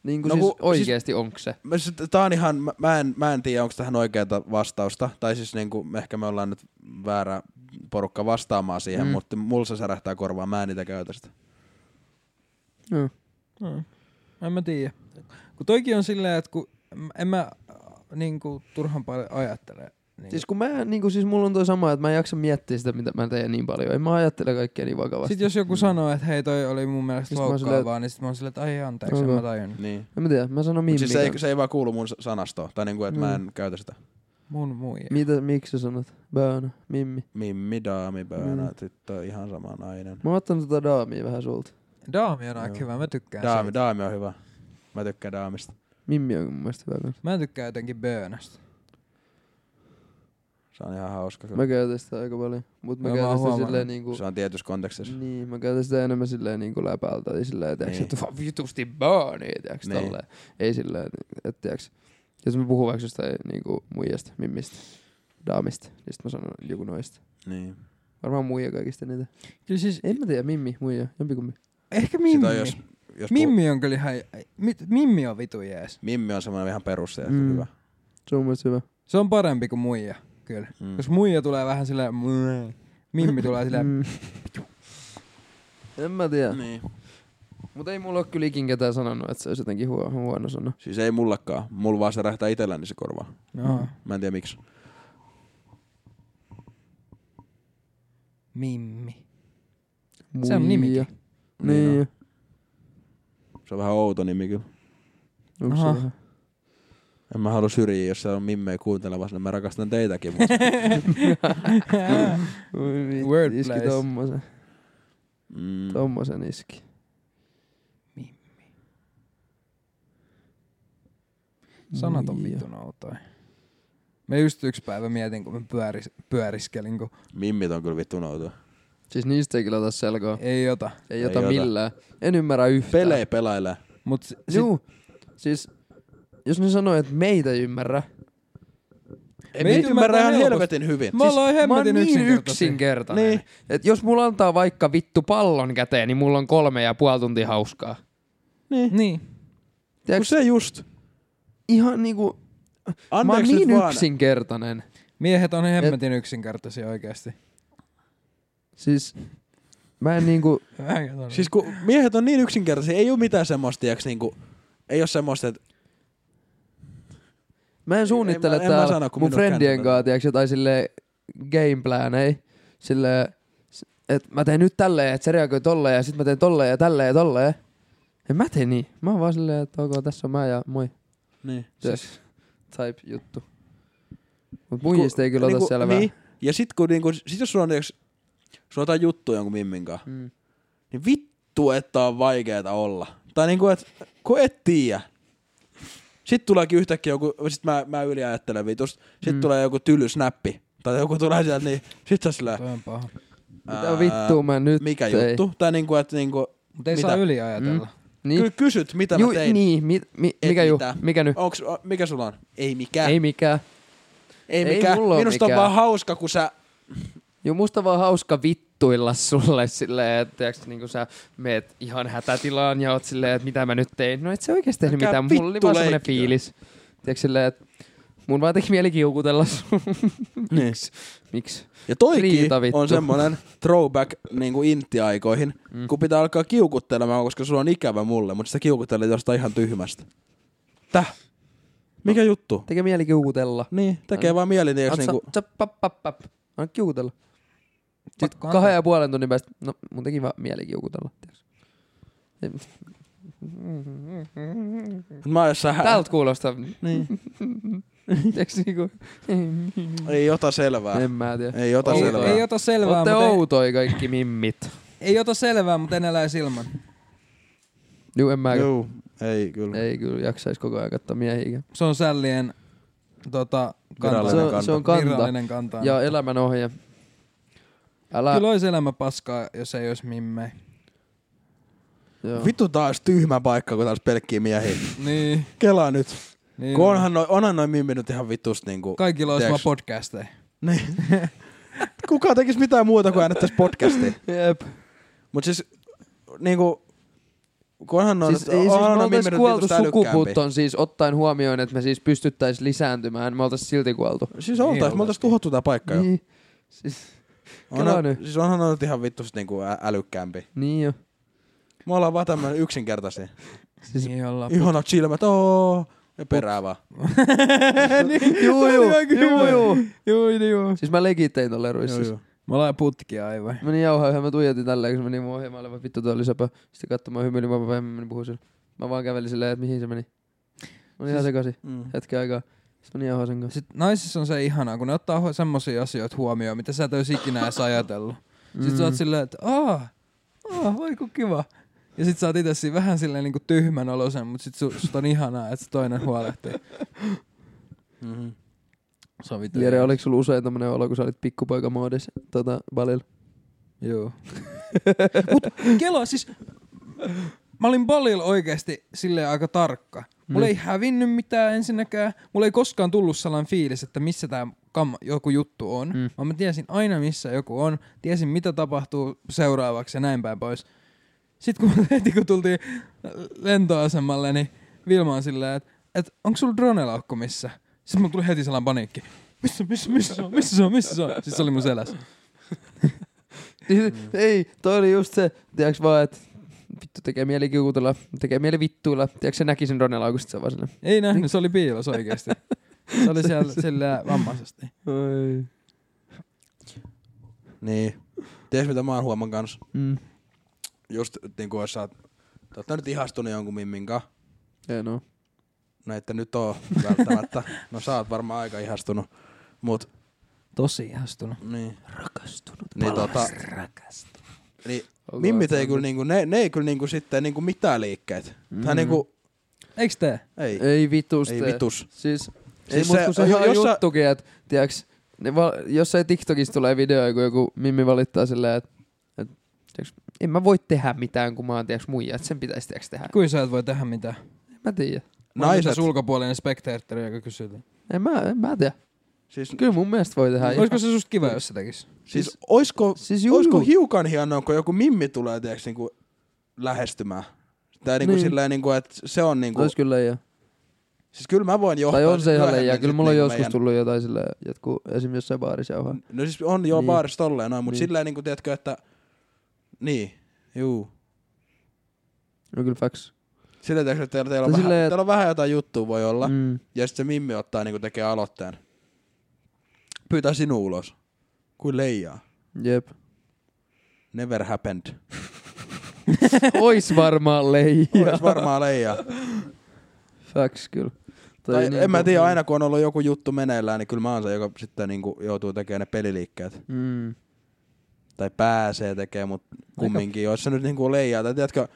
Speaker 2: Niinku no,
Speaker 3: No
Speaker 2: siis
Speaker 3: ku- Niin.
Speaker 2: oikeesti siis... onks se?
Speaker 3: Mä sit- Tää on ihan, mä- mä en, mä en tiedä, onko tähän oikeata vastausta, tai siis niinku, ehkä me ollaan nyt väärä porukka vastaamaan siihen,
Speaker 2: Mm.
Speaker 3: mm. mutta mulla se särähtää korvaa, mä en niitä käytä sitä.
Speaker 2: Joo.
Speaker 1: Mm. En mä tiedä. Kun toikin on silleen, että kun en mä äh, niinku turhan paljon ajattele. Niin
Speaker 2: Siis kun mä, niinku, siis mulla on toi sama, että mä en jaksa miettiä sitä, mitä mä teen niin paljon. En mä ajattele kaikkea niin vakavasti.
Speaker 1: Sitten jos joku mm. sanoo, että hei toi oli mun mielestä
Speaker 2: Sit mä oon
Speaker 1: loukkaavaa, niin sitten mä oon silleen, että ai anteeksi, en
Speaker 2: Okei.
Speaker 1: mä tajunnut.
Speaker 3: Niin.
Speaker 2: En mä tiedä, mä sanon
Speaker 3: Mut
Speaker 2: Mimmi.
Speaker 3: siis se ei, se ei vaan kuulu mun sa- sanastoon, tai niinku, että mm. mä en käytä sitä.
Speaker 1: Mun muija.
Speaker 2: Mitä, miksi sä sanot? Böönä, Mimmi.
Speaker 3: Mimmi, daami, pöönä,
Speaker 2: Mm.
Speaker 3: mm. tyttö, ihan sama nainen.
Speaker 2: Mä oon ottanut tota daamia vähän sulta.
Speaker 1: Daami on aika
Speaker 3: Joo.
Speaker 1: hyvä, mä tykkään
Speaker 3: Daami,
Speaker 1: siitä.
Speaker 3: daami on hyvä. Mä tykkään daamista.
Speaker 2: Mimmi on mun mielestä hyvä kans.
Speaker 1: Mä tykkään jotenkin böönästä.
Speaker 3: Se on ihan hauska. Kyllä.
Speaker 2: Mä käytän sitä aika paljon. Mut mä
Speaker 1: Joo, mä
Speaker 2: käytän
Speaker 1: oon
Speaker 2: sitä
Speaker 1: huomannut.
Speaker 2: silleen niinku...
Speaker 3: Se on tietyssä kontekstissa.
Speaker 2: Niin, mä käytän sitä enemmän silleen niinku läpältä. Eli silleen, että niin.
Speaker 3: Niin.
Speaker 2: että vaan vitusti bööniä, tiiäks niin.
Speaker 3: Niin.
Speaker 2: tolleen. Ei silleen, että tiiäks... Jos mä puhun vaikka jostain niinku muijasta, mimmistä, daamista, niin sit mä sanon joku noista.
Speaker 3: Niin.
Speaker 2: Varmaan muija kaikista niitä.
Speaker 1: Kyllä siis,
Speaker 2: En mä tiedä, mimmi, muija, jompikumpi.
Speaker 1: ehkä
Speaker 3: Sitä
Speaker 1: Mimmi.
Speaker 3: on, jos, jos Mimmi.
Speaker 1: Mimmi on kyllä ihan, mit, Mimmi on vitu jees.
Speaker 3: Mimmi on semmoinen ihan perus ja
Speaker 2: Mm.
Speaker 3: mm. hyvä.
Speaker 2: Se on mun mielestä hyvä.
Speaker 1: Se on parempi kuin muija, kyllä.
Speaker 3: Mm.
Speaker 1: Jos muija tulee vähän silleen, "Mää", Mimmi tulee silleen,
Speaker 2: Mm. En mä tiedä.
Speaker 3: Niin.
Speaker 2: Mutta ei mulla ole kyllä ikin ketään sanonut, että se olisi jotenkin huono, huono sana.
Speaker 3: Siis ei mullakaan. Mulla vaan se rähtää itselläni se korvaa.
Speaker 1: no,
Speaker 3: Mä en tiedä miksi.
Speaker 1: Mimmi. Se on nimikin.
Speaker 2: Niin,
Speaker 3: Niin
Speaker 2: niin
Speaker 3: on. Se on vähän outo nimi kyllä.
Speaker 2: on. Onks se
Speaker 1: Aha.
Speaker 2: vähän?
Speaker 3: En mä halua syrjiä, jos siellä on mimmejä kuuntelemassa, niin mä rakastan teitäkin. Mutta
Speaker 2: Oi vittu,
Speaker 1: Wordplays.
Speaker 2: Iski tommosen.
Speaker 3: mm,
Speaker 2: Tommosen iski.
Speaker 1: Sanat on
Speaker 2: Muija.
Speaker 1: vitun outoja. Mä just yksi päivä mietin, kun mä pyöris, pyöriskelin, kun
Speaker 3: mimmit on kyllä vittu noutua.
Speaker 2: Siis niistä ei kyllä ota selkoa.
Speaker 1: ei ota.
Speaker 2: Ei,
Speaker 3: Ei
Speaker 2: ota
Speaker 3: ota.
Speaker 2: millään. En ymmärrä yhtään.
Speaker 3: Pelejä pelailee.
Speaker 1: Mut sit,
Speaker 2: Juu. Siis, jos ne sanoo, että meitä ei ymmärrä.
Speaker 1: Me
Speaker 3: Meitä ymmärrä ihan
Speaker 1: ymmärretään
Speaker 3: helvetin hyvin.
Speaker 1: me ollaan
Speaker 2: Mä oon
Speaker 1: hemmetin
Speaker 2: niin
Speaker 1: yksinkertaisia.
Speaker 2: yksinkertainen. Niin.
Speaker 3: Niin.
Speaker 2: Et jos mulla antaa vaikka vittu pallon käteen, niin mulla on kolme ja puoli tuntia hauskaa.
Speaker 1: Niin.
Speaker 3: Kun
Speaker 2: Tiedätkö,
Speaker 3: se just.
Speaker 2: ihan niinku, mä oon
Speaker 3: Anteeksi
Speaker 2: niin
Speaker 3: nyt vaan.
Speaker 2: yksinkertainen.
Speaker 1: Miehet on hemmetin yksinkertaisia oikeasti.
Speaker 2: Siis mä en niinku,
Speaker 3: Siis kun miehet on niin yksinkertaisia, ei ole mitään semmoista, tiiäks, niinku, ei ole semmoista, että
Speaker 2: mä en suunnittele
Speaker 3: en mä- en mä
Speaker 2: täällä
Speaker 3: sano, kun
Speaker 2: mun
Speaker 3: minua
Speaker 2: friendien
Speaker 3: käännetään.
Speaker 2: kanssa, tiiäks, jotain silleen gameplan, ei. Silleen, s- että mä teen nyt tälleen, että se reagoi tolleen ja sitten mä teen tolleen ja tälleen ja tolleen. En mä tee niin. Mä oon vaan silleen, että ok, tässä on mä ja moi.
Speaker 3: Niin.
Speaker 2: Yes. Type juttu. Mut muijista ei kyllä ota
Speaker 3: niinku,
Speaker 2: selvää.
Speaker 3: Niin. Ja sit kun niinku, sit jos sulla on, jos sulla on jotain juttuja jonkun mimmin kanssa,
Speaker 2: Mm.
Speaker 3: niin vittu, että on vaikeeta olla. Tai niinku, et, kun et tiedä. Sitten tuleekin yhtäkkiä joku, sit mä, mä yliajattelen vitus, sit
Speaker 2: Mm.
Speaker 3: mm. tulee joku tylysnäppi. Tai joku tulee sieltä, niin sit sä sillä,
Speaker 1: Toi on paha.
Speaker 2: Mitä vittua mä nyt
Speaker 3: mikä
Speaker 2: tein?
Speaker 3: juttu? Tai niinku, että niinku,
Speaker 1: Mutta ei
Speaker 3: Mitä?
Speaker 1: saa yliajatella.
Speaker 2: Niin.
Speaker 3: ky- kysyt, mitä
Speaker 2: Ju,
Speaker 3: mä tein.
Speaker 2: Niin, mi, mi,
Speaker 3: Et Oh,
Speaker 2: mikä, ju,
Speaker 3: mitään.
Speaker 2: mikä nyt?
Speaker 3: Onks, o- mikä sulla on? Ei mikään.
Speaker 2: Ei mikään.
Speaker 3: ei
Speaker 2: ei
Speaker 3: mikään.
Speaker 2: mulla oo
Speaker 3: Minusta
Speaker 2: mikään.
Speaker 3: on vaan hauska, kun sä...
Speaker 2: Joo, musta vaan hauska vittuilla sulle silleen, että tiiäks, niin sä meet ihan hätätilaan ja oot silleen, että mitä mä nyt tein. No et sä oikeesti tehnyt
Speaker 3: Älkää
Speaker 2: mitään, mulla oli vaan semmonen
Speaker 3: vittu leikkiä.
Speaker 2: fiilis. Tiiäks, silleen, että mun vaan teki mieli kiukutella sun.
Speaker 3: Niin.
Speaker 2: Miksi?
Speaker 3: Ja toikin
Speaker 2: Riita vittu.
Speaker 3: on semmoinen throwback niin kuin intti-aikoihin,
Speaker 2: Mm.
Speaker 3: mm. kun pitää alkaa kiukuttelemaan, koska sulla on ikävä mulle, mutta sä kiukuttelet jostain ihan tyhmästä. Täh? Mikä no. juttu?
Speaker 2: Tekee mieli kiukutella.
Speaker 3: Niin, tekee
Speaker 2: An-
Speaker 3: vaan mieli, niin jos
Speaker 2: Anna
Speaker 3: niinku...
Speaker 2: sa- sa- pap, pap, pap. Anna kiukutella. Sitten
Speaker 1: Pakko
Speaker 2: kahden
Speaker 1: antaa.
Speaker 2: ja puolen tunnin päästä, no mun teki vaan mieli kiukutella. tiiäks.
Speaker 3: Mut Mä oon jossain...
Speaker 2: Tältä kuulostaa,
Speaker 3: Niin.
Speaker 2: tiiäks, niinku,
Speaker 3: Ei ota selvää.
Speaker 2: en mä tiedä.
Speaker 3: Ei ota
Speaker 1: Ei,
Speaker 3: selvää.
Speaker 1: ei ota selvää,
Speaker 2: Olette
Speaker 1: mutta ei,
Speaker 2: outoja kaikki mimmit.
Speaker 1: ei ota selvää, mutta en eläisi ilman.
Speaker 2: Juu, en mä
Speaker 3: Juu, ei kyllä.
Speaker 2: Ei kyllä jaksaisi koko ajan katsoa miehiä.
Speaker 1: Se on sällien tota, kanta.
Speaker 3: Virallinen
Speaker 2: Se on, se on kanta.
Speaker 1: Virallinen kanta.
Speaker 2: Ja elämän ohje. Älä...
Speaker 1: Kyllä olisi elämä paskaa, jos ei olisi mimmei.
Speaker 2: Joo.
Speaker 3: Vittu taas tyhmä paikka, kun taas pelkkiä miehiä.
Speaker 1: Niin.
Speaker 3: Kelaa nyt.
Speaker 1: niin
Speaker 3: Kun
Speaker 1: on.
Speaker 3: onhan noi, onhan noi mimmi nyt ihan vitust niinku...
Speaker 1: Kaikilla olisi vaan
Speaker 3: Tiedäks-
Speaker 1: podcasteja.
Speaker 3: Niin. Kuka tekis mitään muuta kuin äänettäis podcastia.
Speaker 2: Jep.
Speaker 3: Mut siis niinku... Kunhan on,
Speaker 2: siis, ei, siis me
Speaker 3: onhan on
Speaker 2: oltais
Speaker 3: mimmi nyt
Speaker 2: kuoltu
Speaker 3: vitus
Speaker 2: sukupuuttoon siis ottaen huomioon, että me siis pystyttäis lisääntymään. Me oltais silti kuoltu.
Speaker 3: Siis
Speaker 1: Niin
Speaker 3: oltais, me oltais
Speaker 1: oltaisiin.
Speaker 3: tuhottu tää paikka jo.
Speaker 2: Niin. Siis, kelaa
Speaker 3: Onhan,
Speaker 2: nyt.
Speaker 3: siis onhan on nyt ihan vittu sit niinku ä- älykkäämpi.
Speaker 2: niin jo.
Speaker 3: Me ollaan vaan tämmönen yksinkertaisia.
Speaker 2: Siis,
Speaker 1: Niin ollaan.
Speaker 3: Ihanat silmät, ooo. Ja perää vaan.
Speaker 2: Niin,
Speaker 1: Niin,
Speaker 2: juu, juu, juu, juu.
Speaker 1: Joo, joo.
Speaker 2: Siis mä legit tein tolle ruississa.
Speaker 1: Me ollaan putkia aivan.
Speaker 2: Menin jauhaa yhden, mä tuijotin tälleen, kun se meni mun ohi, mä olin vaan, vittu toi oli söpö. Sitten katsomaan hymyilin, mä vaan menin puhuin sille. Mä vaan kävelin silleen, että mihin se meni. Mä olin ihan sekaisin,
Speaker 3: Mm.
Speaker 2: hetken aikaa. Sitten menin jauhaa sen kanssa.
Speaker 1: Sitten naisissa on se ihanaa, kun ne ottaa hu- semmosia asioita huomioon, mitä sä et olisi ikinä edes ajatellut. Mm. Sitten sä oot silleen, että aah, aah, voi kun kiva. Ja sit sä oot itse siinä vähän silleen niinku tyhmän olosen, mut sit su, sut on ihanaa, että se toinen huolehtii.
Speaker 3: Mm-hmm.
Speaker 1: Se on vittu.
Speaker 2: Jere,
Speaker 1: hieno.
Speaker 2: oliko sulla usein tämmönen olo, kun sä olit pikkupoikamoodissa tota, balilla?
Speaker 1: Joo. Mut Kela, siis mä olin balilla oikeesti silleen aika tarkka. Mulla
Speaker 2: Mm.
Speaker 1: ei hävinnyt mitään ensinnäkään. Mulla ei koskaan tullut sellainen fiilis, että missä tämä kam- joku juttu on.
Speaker 2: Mm.
Speaker 1: Mm. Vaan mä tiesin aina, missä joku on. Tiesin, mitä tapahtuu seuraavaksi ja näin päin pois. Sitten kun, heti kun tultiin lentoasemalle, niin Vilma on silleen, että et, onko sulla dronelaukku missä? Sitten mulla tuli heti sellainen paniikki. Missä, missä, missä se on, missä se on, missä se on? Siis se oli mun selässä.
Speaker 3: Mm.
Speaker 2: Ei, toi oli just se, tiiäks vaan, että vittu tekee mieli kiukutella, tekee mieli vittuilla. Tiiäks se näki sen Ronelaukusta, se on vaan sinne.
Speaker 1: Ei nähnyt, se oli piilos oikeesti. Se oli siellä sillä vammaisesti.
Speaker 2: Oi.
Speaker 3: Niin. Tiedätkö mitä mä oon huoman kanssa?
Speaker 2: Mm.
Speaker 3: Just niinku jos sä oot, te ootte nyt ihastunut jonkun mimminkaan.
Speaker 2: Ei no.
Speaker 3: Näitä nyt on välttämättä. No sä oot varmaan aika ihastunut. Mut
Speaker 1: Tosi ihastunut.
Speaker 3: niin.
Speaker 1: Rakastunut.
Speaker 3: Niin tota,
Speaker 1: Rakastunut.
Speaker 3: niin mimmit ei kyllä niinku, ne, ne ei kyllä niinku sitten niinku mitään liikkeet. Mm.
Speaker 2: Mm.
Speaker 3: Tai niinku,
Speaker 1: Eiks tee?
Speaker 3: ei.
Speaker 2: Ei vitus
Speaker 3: Ei
Speaker 2: tee.
Speaker 3: vitus.
Speaker 2: Siis, ei
Speaker 3: Siis
Speaker 2: mut
Speaker 3: se-
Speaker 2: kun sehän on
Speaker 3: jos sä-
Speaker 2: juttukin, että tiiäks, ne val- jossain TikTokissa tulee videoja, kun joku mimmi valittaa silleen, että et, tiiäks, en mä voi tehdä mitään, kun mä oon tiiäks muija, että sen pitäisi tiiäks tehdä.
Speaker 1: Kuin sä et voi tehdä mitään?
Speaker 2: En mä tiedä.
Speaker 1: Mä Naiset.
Speaker 3: Naiset,
Speaker 1: Tässä ulkopuolinen spektaattori, joka kysyy. tämän.
Speaker 2: En mä, en mä tiedä.
Speaker 3: siis,
Speaker 2: Kyllä mun mielestä voi tehdä.
Speaker 1: Olisiko se susta kiva, jos se tekis?
Speaker 3: siis oisko,
Speaker 2: Siis
Speaker 3: Juu.
Speaker 2: juu,
Speaker 3: Olisiko
Speaker 2: juu.
Speaker 3: hiukan hienoa, kun joku mimmi tulee tiiäks, niinku, lähestymään? Tai niinku
Speaker 2: Niin.
Speaker 3: niin. silleen, niinku, että se on niinku...
Speaker 2: Ois kyllä leijaa.
Speaker 3: Siis kyllä mä voin johtaa...
Speaker 2: Tai on se ihan
Speaker 3: myöhemmin
Speaker 2: leijaa.
Speaker 3: sit
Speaker 2: Kyllä mulla on
Speaker 3: niinku
Speaker 2: joskus tullut jotain sille, jotkut esim. jossain baarissa jauhaa.
Speaker 3: No siis on joo
Speaker 2: Niin.
Speaker 3: niin. baarissa tolleen noin, mutta
Speaker 2: Niin.
Speaker 3: niin. silleen niinku, tiedätkö, että... Niin, juu.
Speaker 2: No kyllä facts.
Speaker 3: Silleen, tiedätkö, että teillä, teillä, on,
Speaker 2: Tai
Speaker 3: vähän,
Speaker 2: silleen, et-
Speaker 3: teillä on vähän jotain juttua voi olla, mm.
Speaker 2: Mm.
Speaker 3: ja sitten se mimmi ottaa niinku tekee aloitteen. Pyytää sinua ulos. Kuin leijaa.
Speaker 2: Jep.
Speaker 3: Never happened.
Speaker 2: Ois varmaan leija.
Speaker 3: Ois varmaan leijaa.
Speaker 2: Facts kyllä.
Speaker 3: Tai niin en mä tiedä, aina kun on ollut joku juttu meneillään, niin kyllä mä oon se, joka sitten niin kuin joutuu tekemään ne peliliikkeet.
Speaker 2: Mm.
Speaker 3: Tai pääsee tekemään, mutta kumminkin, jos se nyt niin kuin leijaa. Tai tiedätkö,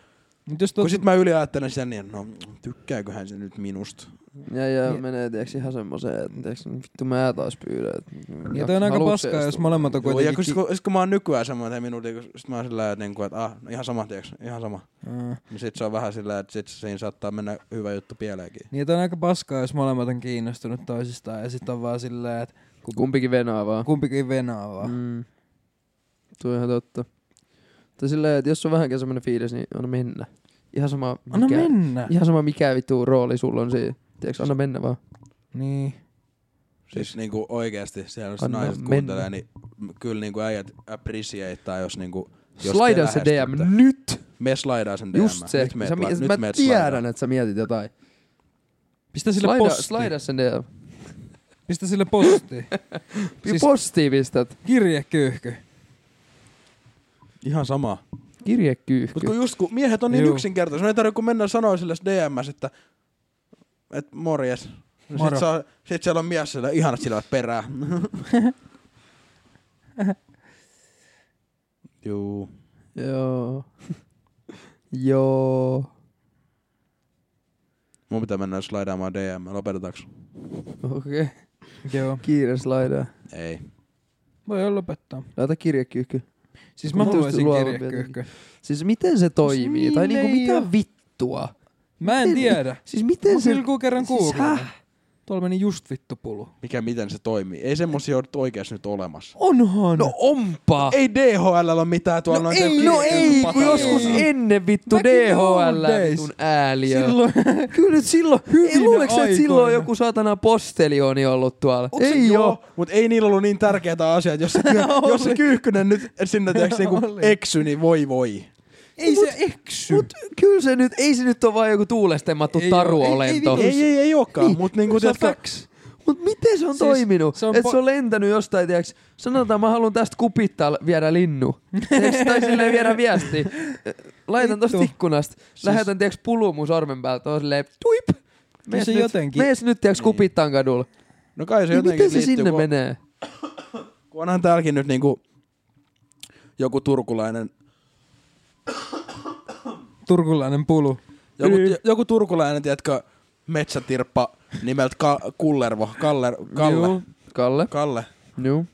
Speaker 1: Mut jos
Speaker 3: kun
Speaker 1: tot...
Speaker 3: sit mä yliajattelen sitä, niin no tykkääköhän se nyt minusta.
Speaker 2: Ja, ja
Speaker 1: Niin.
Speaker 2: menee tiiäks ihan semmoseen, että tiiäks, vittu mä taas pyydän. et niin
Speaker 1: Ja toi on aika
Speaker 2: haluatko
Speaker 1: paskaa,
Speaker 2: edes
Speaker 1: jos
Speaker 2: tulla?
Speaker 1: molemmat on
Speaker 3: Joo, ja
Speaker 1: kuitenkin...
Speaker 3: kun, sit, kun, sit, kun, mä oon nykyään semmoinen, että minuutin, kun sit mä oon sillä lailla, että, niinku, että ah, no ihan sama, tiiäks, ihan sama.
Speaker 1: Aa.
Speaker 3: Niin sit se on vähän sillä lailla, että sit siinä saattaa mennä hyvä juttu pieleenkin.
Speaker 1: Niin, että on aika paskaa, jos molemmat on kiinnostunut toisistaan ja sitten on vaan silleen, että
Speaker 2: Kumpikin venaa vaan.
Speaker 1: kumpikin venaa vaan.
Speaker 2: Mm. Tuo on ihan totta. Tai silleen, että jos on vähänkään semmonen fiilis, niin anna mennä. Ihan sama mikä,
Speaker 1: Anna mennä!
Speaker 2: ihan sama mikä vittu rooli sulla on siinä. Tiiäks, anna mennä vaan.
Speaker 1: Niin.
Speaker 3: Siis niinku oikeesti siellä, jos
Speaker 2: Anna
Speaker 3: naiset
Speaker 2: mennä.
Speaker 3: kuuntelee, niin m- kyllä niinku äijät appreciateaa, jos niinku... Jos
Speaker 2: Slida
Speaker 3: te
Speaker 2: se DM
Speaker 3: lähestytte.
Speaker 2: nyt!
Speaker 3: Me slidaan sen DM.
Speaker 2: Just se.
Speaker 3: Nyt meet,
Speaker 2: Sä,
Speaker 3: la-
Speaker 2: mi-
Speaker 3: nyt
Speaker 2: mä
Speaker 3: meet
Speaker 2: tiedän,
Speaker 3: slidaan.
Speaker 2: että sä mietit jotain.
Speaker 1: Pistä sille
Speaker 2: Slida,
Speaker 1: posti.
Speaker 2: slida sen DM.
Speaker 1: Pistä sille posti.
Speaker 2: Siis...
Speaker 1: Siis-
Speaker 2: Postiin pistät.
Speaker 1: Kirjekyyhky.
Speaker 3: Ihan sama.
Speaker 2: Kirjekyyhky.
Speaker 3: Mutta kun just kun miehet on niin
Speaker 1: Juu.
Speaker 3: yksinkertaisia, ne ei tarvitse kun mennä sanoa sille DMs, että et morjes. No Ah.
Speaker 1: Moro.
Speaker 3: Sit, saa, sit siellä on mies sillä ihanat silmät perää. Juu.
Speaker 2: Joo. Joo.
Speaker 3: Mun pitää mennä slaidaamaan DM. Lopetetaanko?
Speaker 2: Okei. Okay.
Speaker 1: Joo.
Speaker 2: Kiire slaidaa.
Speaker 3: Ei.
Speaker 1: Voi jo lopettaa.
Speaker 2: Laita kirjekyyhky.
Speaker 1: Siis mä
Speaker 2: Mä tuosta
Speaker 1: haluaisin
Speaker 2: luovan
Speaker 1: kirjekyyhky.
Speaker 2: Siis miten se toimii?
Speaker 1: niin
Speaker 2: tai niinku
Speaker 1: leija.
Speaker 2: mitä vittua?
Speaker 1: Mä en
Speaker 2: Miten-
Speaker 1: tiedä.
Speaker 2: Siis
Speaker 1: Mä
Speaker 2: miten se...
Speaker 1: pilkuu kerran
Speaker 2: siis
Speaker 1: kuukauden.
Speaker 2: häh?
Speaker 1: Tuolla meni just vittu pulu.
Speaker 3: Mikä miten se toimii? Ei semmosia ole oikeasti nyt olemassa.
Speaker 1: Onhan!
Speaker 2: No onpa!
Speaker 3: Ei DHL ole mitään tuolla.
Speaker 1: No
Speaker 3: on
Speaker 1: ei,
Speaker 3: se
Speaker 2: no
Speaker 3: kirjoitettu
Speaker 2: ei, kun
Speaker 3: patalle.
Speaker 2: joskus ennen vittu
Speaker 1: Back in the
Speaker 2: DHL
Speaker 1: old days.
Speaker 2: vitun ääliö.
Speaker 1: Silloin.
Speaker 2: Kyllä nyt silloin, ei luuleks sä, että silloin
Speaker 1: aikoina.
Speaker 2: joku saatana postelioni ollut tuolla?
Speaker 3: Onks se-
Speaker 2: ei oo.
Speaker 3: joo, Mutta ei niillä ollut niin tärkeää asiaa, että jos se, ky- jos se kyyhkynen nyt sinne tiiäks, niinku
Speaker 1: Oli.
Speaker 3: eksy, niin voi voi.
Speaker 1: ei
Speaker 2: mut-
Speaker 1: se eksy.
Speaker 2: Mut kyllä se nyt, ei se nyt ole vaan joku tuulestemattu
Speaker 1: Ei oo,
Speaker 2: taruolento.
Speaker 1: ei-
Speaker 3: Ei, ei, ei olekaan,
Speaker 2: Niin,
Speaker 3: niin. mutta niinku,
Speaker 1: se on
Speaker 3: tiedätkö,
Speaker 1: facts.
Speaker 2: Mut miten se on
Speaker 1: Siis
Speaker 2: toiminut?
Speaker 1: se
Speaker 2: Se
Speaker 1: on
Speaker 2: on että
Speaker 1: po-
Speaker 2: se on lentänyt jostain, tiiäks, sanotaan mä haluan tästä kupittaa viedä linnu. Tiiäks, tai silleen viedä viesti. Laitan tosta
Speaker 1: Vittu.
Speaker 2: ikkunasta, siis... lähetän tiiäks pulu mun sormen päältä, on silleen tuip. Mees
Speaker 1: se
Speaker 2: nyt,
Speaker 1: jotenkin- Niin.
Speaker 2: Mees nyt tiiäks kupittaan kadulla.
Speaker 3: no kai se
Speaker 2: Niin
Speaker 3: jotenkin
Speaker 2: miten se
Speaker 3: liittyy,
Speaker 2: sinne
Speaker 3: kun-
Speaker 2: menee?
Speaker 3: Kun onhan täälläkin nyt niinku joku turkulainen,
Speaker 1: Turkulainen pulu.
Speaker 3: joku, joku turkulainen, tiedätkö, metsätirppa nimeltä Ka- Kullervo, Kaller, Kalle,
Speaker 2: Juu. Kalle.
Speaker 3: Kalle.
Speaker 2: Juu.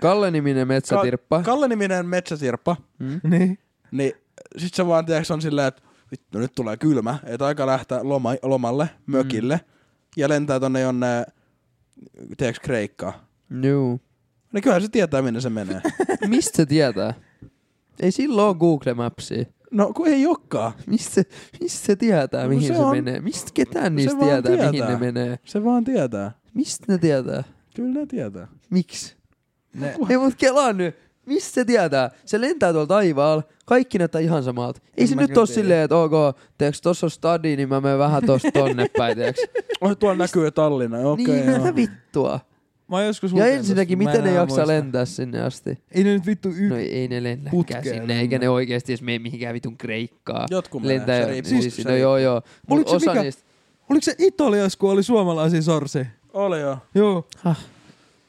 Speaker 2: Kalle-niminen metsätirppa.
Speaker 3: Kalle-niminen metsätirppa,
Speaker 1: Niin.
Speaker 3: niin sit se vaan, tiedätkö, on silleen, että vittu, no nyt tulee kylmä, että aika lähteä loma, lomalle, mökille, ja lentää tonne jonne, tiedätkö, Kreikkaan.
Speaker 2: Juu.
Speaker 3: Niin kyllähän se tietää, minne se menee.
Speaker 2: Mistä se tietää? Ei silloin oo Google Mapsia.
Speaker 3: No, kun ei olekaan.
Speaker 2: Mistä se, mistä se tietää,
Speaker 3: No
Speaker 2: mihin se,
Speaker 3: se
Speaker 2: se
Speaker 3: on-
Speaker 2: menee? Mistä ketään niistä tietää,
Speaker 3: vaan
Speaker 2: tietää, mihin ne
Speaker 3: tietää.
Speaker 2: menee?
Speaker 3: Se vaan tietää.
Speaker 2: Mistä ne tietää?
Speaker 3: Kyllä ne tietää.
Speaker 2: Miksi?
Speaker 1: Ne.
Speaker 2: Ei mut kelaa nyt. Mistä se tietää? Se lentää tuolla taivaalla. Kaikki näyttää ihan samalta. Ei
Speaker 1: En
Speaker 2: se
Speaker 1: mä
Speaker 2: nyt
Speaker 1: kyllä
Speaker 2: oo
Speaker 1: tiedä.
Speaker 2: silleen, että ok, teeks tossa on stadi, niin mä menen vähän tosta tonne päin, teeks.
Speaker 3: Oh, tuolla näkyy Tallinna, okei.
Speaker 2: niin,
Speaker 3: Okay,
Speaker 2: mitä vittua.
Speaker 1: Mä oon joskus
Speaker 2: Ja
Speaker 1: lukenut
Speaker 2: ensinnäkin,
Speaker 1: tosta, mä
Speaker 2: miten
Speaker 1: en
Speaker 2: ne
Speaker 1: enää
Speaker 2: jaksaa
Speaker 1: muista.
Speaker 2: lentää sinne asti?
Speaker 1: Ei ne nyt vittu y...
Speaker 2: No ei, ei ne lennäkään
Speaker 1: Putkeen
Speaker 2: sinne,
Speaker 1: lennä.
Speaker 2: eikä ne oikeesti edes mene mihinkään vitun kreikkaa.
Speaker 3: Jotkut
Speaker 2: Lentää,
Speaker 3: menee, se
Speaker 2: niin,
Speaker 3: riippuu.
Speaker 2: siis,
Speaker 3: se
Speaker 2: no joo joo. Mut
Speaker 1: Oliko se
Speaker 2: osa
Speaker 1: mikä-
Speaker 2: niistä,
Speaker 1: Oliko se Italiassa, kun oli suomalaisia sorsi?
Speaker 3: riippuu. Oli joo.
Speaker 1: Joo.
Speaker 2: Häh?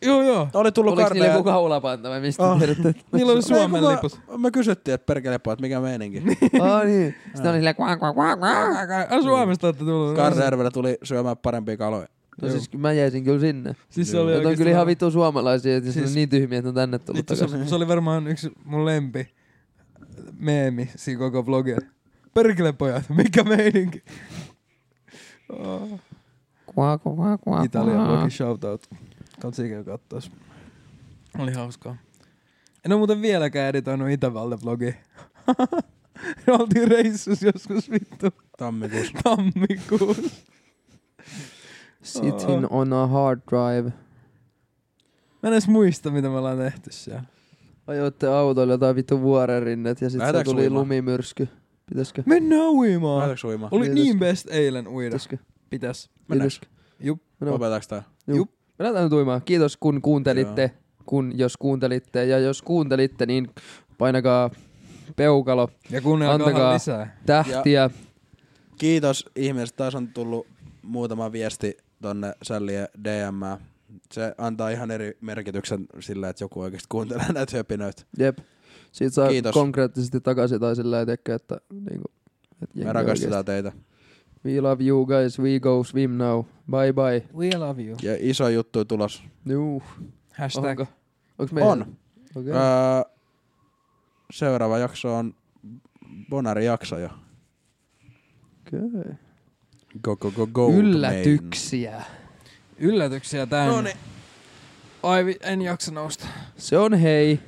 Speaker 1: Joo, joo.
Speaker 3: Oli tullut
Speaker 2: oliko niillä
Speaker 3: karneja.
Speaker 2: joku kaulapanta vai mistä
Speaker 1: Ah.
Speaker 2: oh.
Speaker 3: Oh.
Speaker 2: tiedätte?
Speaker 1: Niillä oli
Speaker 3: No ei,
Speaker 1: Suomen
Speaker 3: kun
Speaker 1: liput.
Speaker 3: mä- Me kysyttiin, että perkelepa, että mikä meininki.
Speaker 2: Ah, niin. Sitten oli silleen kuak, kuak, kuak, kuak.
Speaker 1: Ah, Suomesta olette tullut.
Speaker 3: Karsajärvellä tuli syömään parempia kaloja.
Speaker 2: No siis mä jäisin kyllä sinne.
Speaker 1: Siis se oli
Speaker 2: Nyt on
Speaker 1: oikeesti
Speaker 2: kyllä ihan
Speaker 1: varmaan-
Speaker 2: vittu suomalaisia, että siis...
Speaker 1: Siis-
Speaker 2: on niin tyhmiä, että ne on tänne tullut
Speaker 1: Vittu, se,
Speaker 2: takaisin.
Speaker 1: se oli varmaan yksi mun lempi meemi siinä koko vlogilla. Perkele pojat, mikä meininki?
Speaker 2: Ah.
Speaker 1: Oh.
Speaker 2: Kuak, kuak, kuak,
Speaker 1: Italian
Speaker 2: kuak.
Speaker 1: vlogi shoutout. Katsi käy kattois. Oli hauskaa. En ole muuten vieläkään editoinut Itävalta vlogi. Me oltiin reissus joskus vittu
Speaker 3: Tammikuussa.
Speaker 1: tammikuussa.
Speaker 2: Sitting
Speaker 1: Ah.
Speaker 2: on a hard drive.
Speaker 1: Mä en edes muista, mitä me ollaan tehty siellä.
Speaker 2: Ajoitte autolla jotain vittu vuorenrinnet ja sitten se
Speaker 3: Lähdetäänkö
Speaker 2: tuli
Speaker 3: uimaan?
Speaker 2: lumimyrsky. Pitäiskö?
Speaker 1: Mennään uimaan.
Speaker 3: Päätäks uimaan?
Speaker 1: Oli
Speaker 2: Pitäisikö?
Speaker 1: niin best eilen uida.
Speaker 2: Pitäiskö?
Speaker 1: Pitäis.
Speaker 3: Mennäänkö?
Speaker 1: Jup.
Speaker 2: Mennään
Speaker 3: Lopetaanko tää?
Speaker 2: Juu.
Speaker 1: Jup.
Speaker 2: Me lähdetään nyt uimaan. Kiitos kun kuuntelitte. Joo. kun jos kuuntelitte. Ja jos kuuntelitte, niin painakaa peukalo,
Speaker 1: Ja kuunnelkaa
Speaker 2: Antakaa.
Speaker 1: vähän lisää.
Speaker 2: tähtiä.
Speaker 3: Kiitos ihmiset. Taas on tullut muutama viesti tonne Sälliä DM. Se antaa ihan eri merkityksen sillä, että joku oikeasti kuuntelee näitä höpinöitä.
Speaker 2: Jep. Siitä saa Kiitos.
Speaker 3: Kiitos.
Speaker 2: konkreettisesti takaisin tai sillä ei tiedä, että niinku, et
Speaker 3: Me
Speaker 2: jengi
Speaker 3: rakastetaan teitä.
Speaker 2: oikeesti- We love you guys, we go swim now. Bye bye.
Speaker 1: We love you.
Speaker 3: Ja iso juttu tulos.
Speaker 2: Juu.
Speaker 1: Hashtag.
Speaker 2: Onko? Onks meillä?
Speaker 3: On.
Speaker 2: Okei.
Speaker 3: Öö, seuraava jakso on Bonari jakso jo.
Speaker 2: Okei.
Speaker 3: Go, go, go, go.
Speaker 2: Yllätyksiä.
Speaker 1: Yllätyksiä täynnä. Noniin. Ai, vi- en jaksa nousta.
Speaker 2: Se on hei.